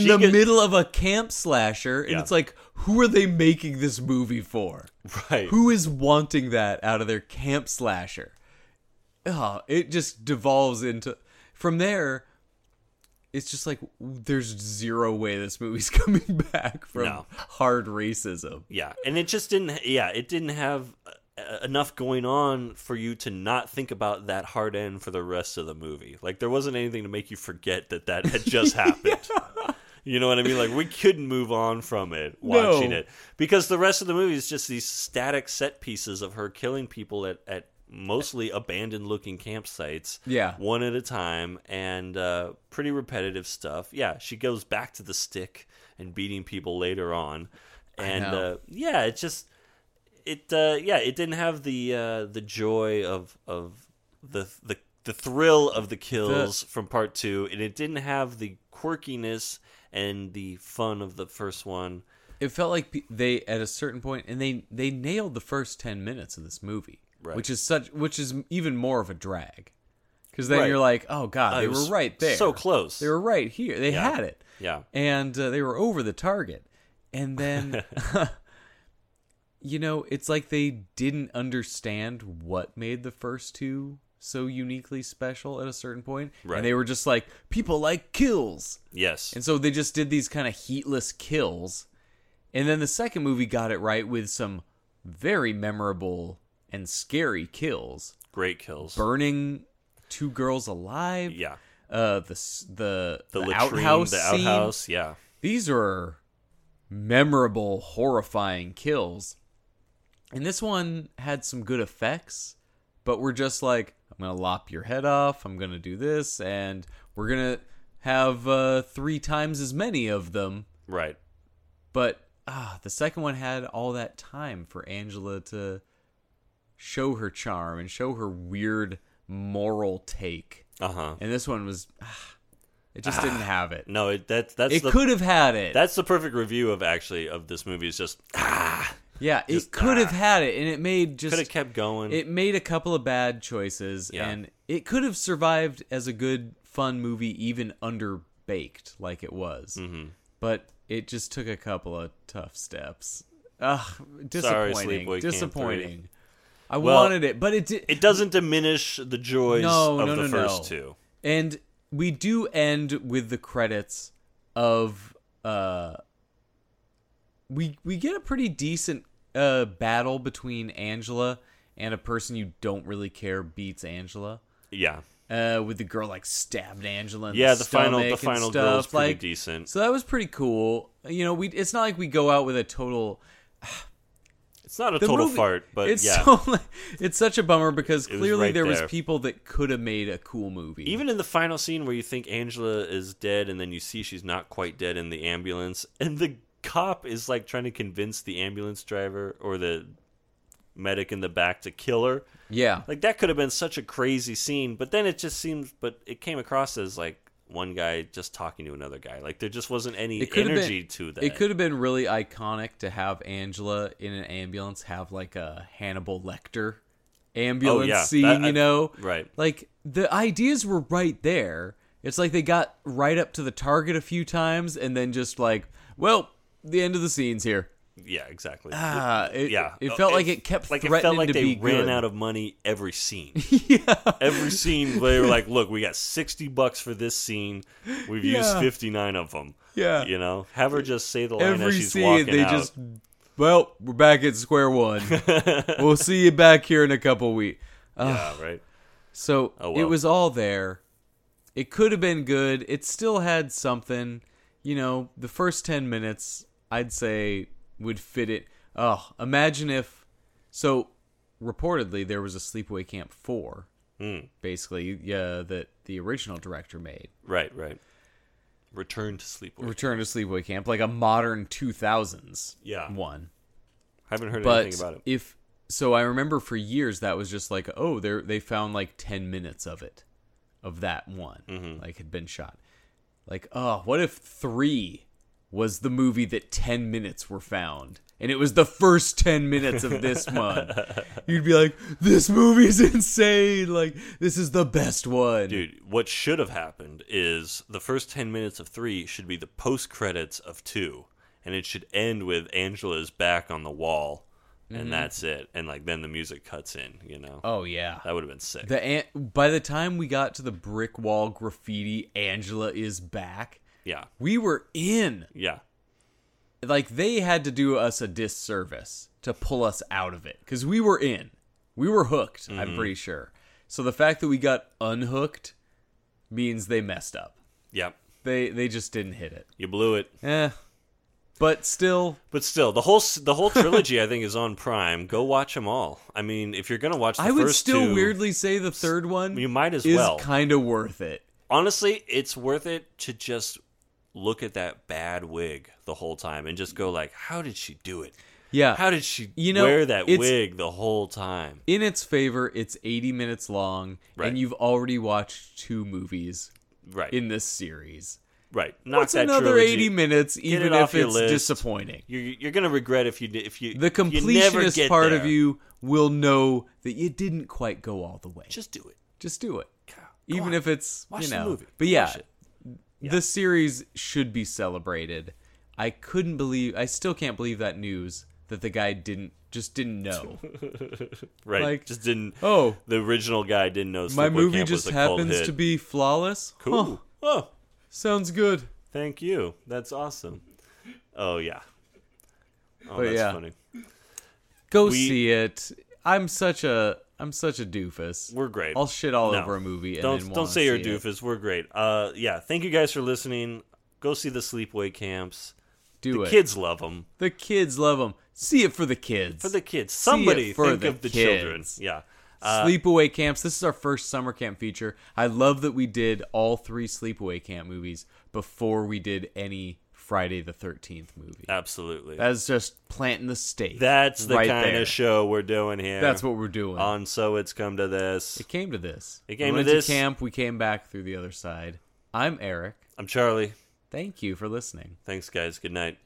J: She
K: the
J: gets-
K: middle of a camp slasher, and
J: Yeah.
K: it's like, who are they making this movie for?
J: Right.
K: Who is wanting that out of their camp slasher? Oh, it just devolves into from there. It's just like there's zero way this movie's coming back from
J: No.
K: hard racism.
J: Yeah. And it just didn't. Yeah. It didn't have uh, enough going on for you to not think about that hard end for the rest of the movie. Like there wasn't anything to make you forget that that had just happened. You know what I mean? Like we couldn't move on from it watching
K: No.
J: it because the rest of the movie is just these static set pieces of her killing people at, at mostly abandoned looking campsites.
K: Yeah.
J: one at a time and uh, pretty repetitive stuff. Yeah, she goes back to the stick and beating people later on. and
K: know.
J: uh, yeah, it just it uh, yeah it didn't have the uh, the joy of of the the the thrill of the kills from part two, and it didn't have the quirkiness and the fun of the first one.
K: it felt like pe- they at a certain point and they they nailed the first 10 minutes of this movie
J: Right.
K: which is such which is even more of a drag because then
J: Right.
K: you're like oh god
J: Uh,
K: they
J: it
K: were
J: was
K: right there
J: so close.
K: they were right here they
J: Yeah.
K: had it
J: Yeah.
K: and uh, they were over the target and then you know it's like they didn't understand what made the first two so uniquely special at a certain point
J: Right.
K: and they were just like people like kills
J: Yes,
K: and so they just did these kind of heatless kills. And then the second movie got it right with some very memorable and scary kills.
J: great kills.
K: Burning two girls alive.
J: Yeah,
K: Uh, the s- the
J: the,
K: the,
J: latrine,
K: outhouse
J: the
K: scene.
J: outhouse. Yeah,
K: These are memorable, horrifying kills. And this one had some good effects, but we're just like, I'm gonna lop your head off. I'm gonna do this, and we're gonna have uh, three times as many of them.
J: right.
K: But ah, the second one had all that time for Angela to show her charm and show her weird moral take,
J: Uh huh.
K: and this one was, ah, it just didn't have it.
J: No, it, that that's
K: It
J: the
K: could have had it.
J: that's the perfect review of actually of this movie. Is just
K: Yeah, it
J: Just,
K: could have
J: ah.
K: had it, and it made just
J: could have kept going.
K: it made a couple of bad choices,
J: Yeah.
K: and it could have survived as a good fun movie, even under baked like it was.
J: Mm-hmm.
K: But it just took a couple of tough steps. Ugh,
J: Sorry,
K: disappointing.
J: Sleepaway Camp
K: disappointing. I
J: Well,
K: wanted it, but it did.
J: it doesn't diminish the joys
K: No,
J: of
K: no,
J: the
K: no,
J: first
K: no.
J: two.
K: And we do end with the credits of uh we we get a pretty decent uh battle between Angela and a person you don't really care beats Angela.
J: Yeah,
K: Uh with the girl like stabbed Angela in
J: yeah.
K: the,
J: The final,
K: stomach
J: the
K: and
J: final
K: stuff.
J: girl's pretty
K: like,
J: decent.
K: So that was pretty cool. You know, we it's not like we go out with a total
J: It's not a
K: the
J: total
K: movie-
J: fart, but
K: it's
J: yeah.
K: so, it's such a bummer because
J: It was
K: clearly
J: right
K: there was
J: there.
K: people that could have made a cool movie.
J: Even in the final scene where you think Angela is dead, and then you see she's not quite dead in the ambulance, and the cop is like trying to convince the ambulance driver or the medic in the back to kill her.
K: yeah,
J: Like that could have been such a crazy scene, but then it just seems but it came across as like one guy just talking to another guy. Like there just wasn't any
K: could have
J: energy
K: been,
J: to that.
K: It could have been really iconic to have Angela in an ambulance have like a Hannibal Lecter
J: Oh,
K: ambulance
J: yeah.
K: scene,
J: That- I-
K: you know?
J: right.
K: Like the ideas were right there. It's like they got right up to the target a few times and then just like, well, the end of the scene's here.
J: Yeah, exactly.
K: Ah, it,
J: yeah.
K: It felt
J: Oh,
K: like it kept
J: like it
K: threatening
J: felt like
K: to
J: they
K: be
J: ran
K: good.
J: out of money every scene. Every scene they were like, "Look, we got 60 bucks for this scene. We've used
K: Yeah.
J: 59 of them."
K: Yeah.
J: You know, have her just say the line
K: every
J: as she's
K: scene
J: walking
K: they
J: out.
K: just well, we're back at square one. we'll see you back here in a couple weeks.
J: yeah, right.
K: So
J: Oh,
K: it
J: well.
K: was all there. It could have been good. It still had something. You know, the first 10 minutes, I'd say, would fit it. Oh, imagine if. So, reportedly, there was a Sleepaway Camp 4,
J: Hmm.
K: basically, yeah, that the original director made.
J: Right, right. Return to sleepaway.
K: Return to Sleepaway Camp, like a modern 2000s
J: Yeah.
K: one.
J: haven't heard
K: But
J: anything about it.
K: if. So I remember for years that was just like, oh, they they found like 10 minutes of it. of that one
J: Mm-hmm.
K: like had been shot like oh what if three was the movie that 10 minutes were found and it was the first 10 minutes of this one you'd be like this movie's insane like this is the best one
J: Dude, what should have happened is the first 10 minutes of 3 should be the post credits of 2 and it should end with Angela's back on the wall and that's it and like then the music cuts in, you know.
K: Mm-hmm. oh yeah
J: That would have been sick.
K: the an- by the time we got to the brick wall graffiti angela is back
J: yeah.
K: we were in
J: Yeah.
K: like they had to do us a disservice to pull us out of it because we were in we were hooked
J: Mm-hmm.
K: i'm pretty sure so the fact that we got unhooked means they messed up
J: Yeah.
K: they they just didn't hit it
J: You blew it.
K: eh. but still
J: But still, the whole s- the whole trilogy I think is on Prime. Go watch them all. I mean, if you're going to watch the
K: i would
J: first
K: still
J: two,
K: weirdly say the third one
J: you might as
K: is
J: well.
K: kind of worth it
J: honestly, it's worth it to just look at that bad wig the whole time and just go like, how did she do it?
K: Yeah.
J: How did she
K: You know,
J: wear that
K: it's-
J: wig the whole time?
K: in its favor, it's 80 minutes long,
J: Right.
K: and you've already watched two movies
J: Right.
K: in this series.
J: right. Knock
K: What's
J: that
K: another
J: trilogy-
K: 80 minutes,
J: Get it
K: even
J: off
K: if
J: your
K: it's
J: list.
K: disappointing?
J: You're, you're gonna regret if you di- if you
K: The
J: you never
K: completionist
J: get
K: part
J: there.
K: of you will know that you didn't quite go all the way. Just,
J: Just do it.
K: do it.
J: Go
K: even
J: on.
K: if it's
J: Watch
K: you
J: the
K: know.
J: movie.
K: But yeah,
J: Watch it.
K: the series should be celebrated. I couldn't believe. I still can't believe that news that the guy didn't just didn't know.
J: right.
K: like,
J: just didn't.
K: oh.
J: the original guy didn't know.
K: My
J: Sleepaway
K: movie
J: Camp
K: just
J: was a cult
K: happens
J: hit.
K: to be flawless.
J: cool.
K: Huh,
J: Oh,
K: sounds good.
J: thank you. That's awesome. Oh yeah. Oh,
K: But
J: that's
K: yeah.
J: funny.
K: Go
J: We-
K: see it. I'm such a I'm such a doofus.
J: We're great.
K: I'll shit all
J: No.
K: over a movie. And
J: don't
K: then
J: don't
K: wanna
J: say you're a
K: see it.
J: doofus. We're great. Uh, yeah. Thank you guys for listening. Go see the sleepaway camps.
K: Do
J: the
K: it.
J: kids love them.
K: The kids love them. See it for the kids.
J: For the kids,
K: it
J: somebody
K: for
J: think
K: the
J: of the children.
K: kids.
J: Yeah. uh,
K: sleepaway camps. This is our first summer camp feature. I love that we did all three sleepaway camp movies before we did any Friday the Thirteenth movie.
J: Absolutely.
K: That's just planting the stake.
J: That's the
K: right
J: kind
K: there.
J: of show we're doing here.
K: That's what we're doing.
J: on. So it's come to this.
K: it came to this.
J: It came
K: we
J: to
K: went
J: this.
K: camp. We came back through the other side. I'm Eric.
J: I'm Charlie.
K: Thank you for listening.
J: Thanks, guys. Good night.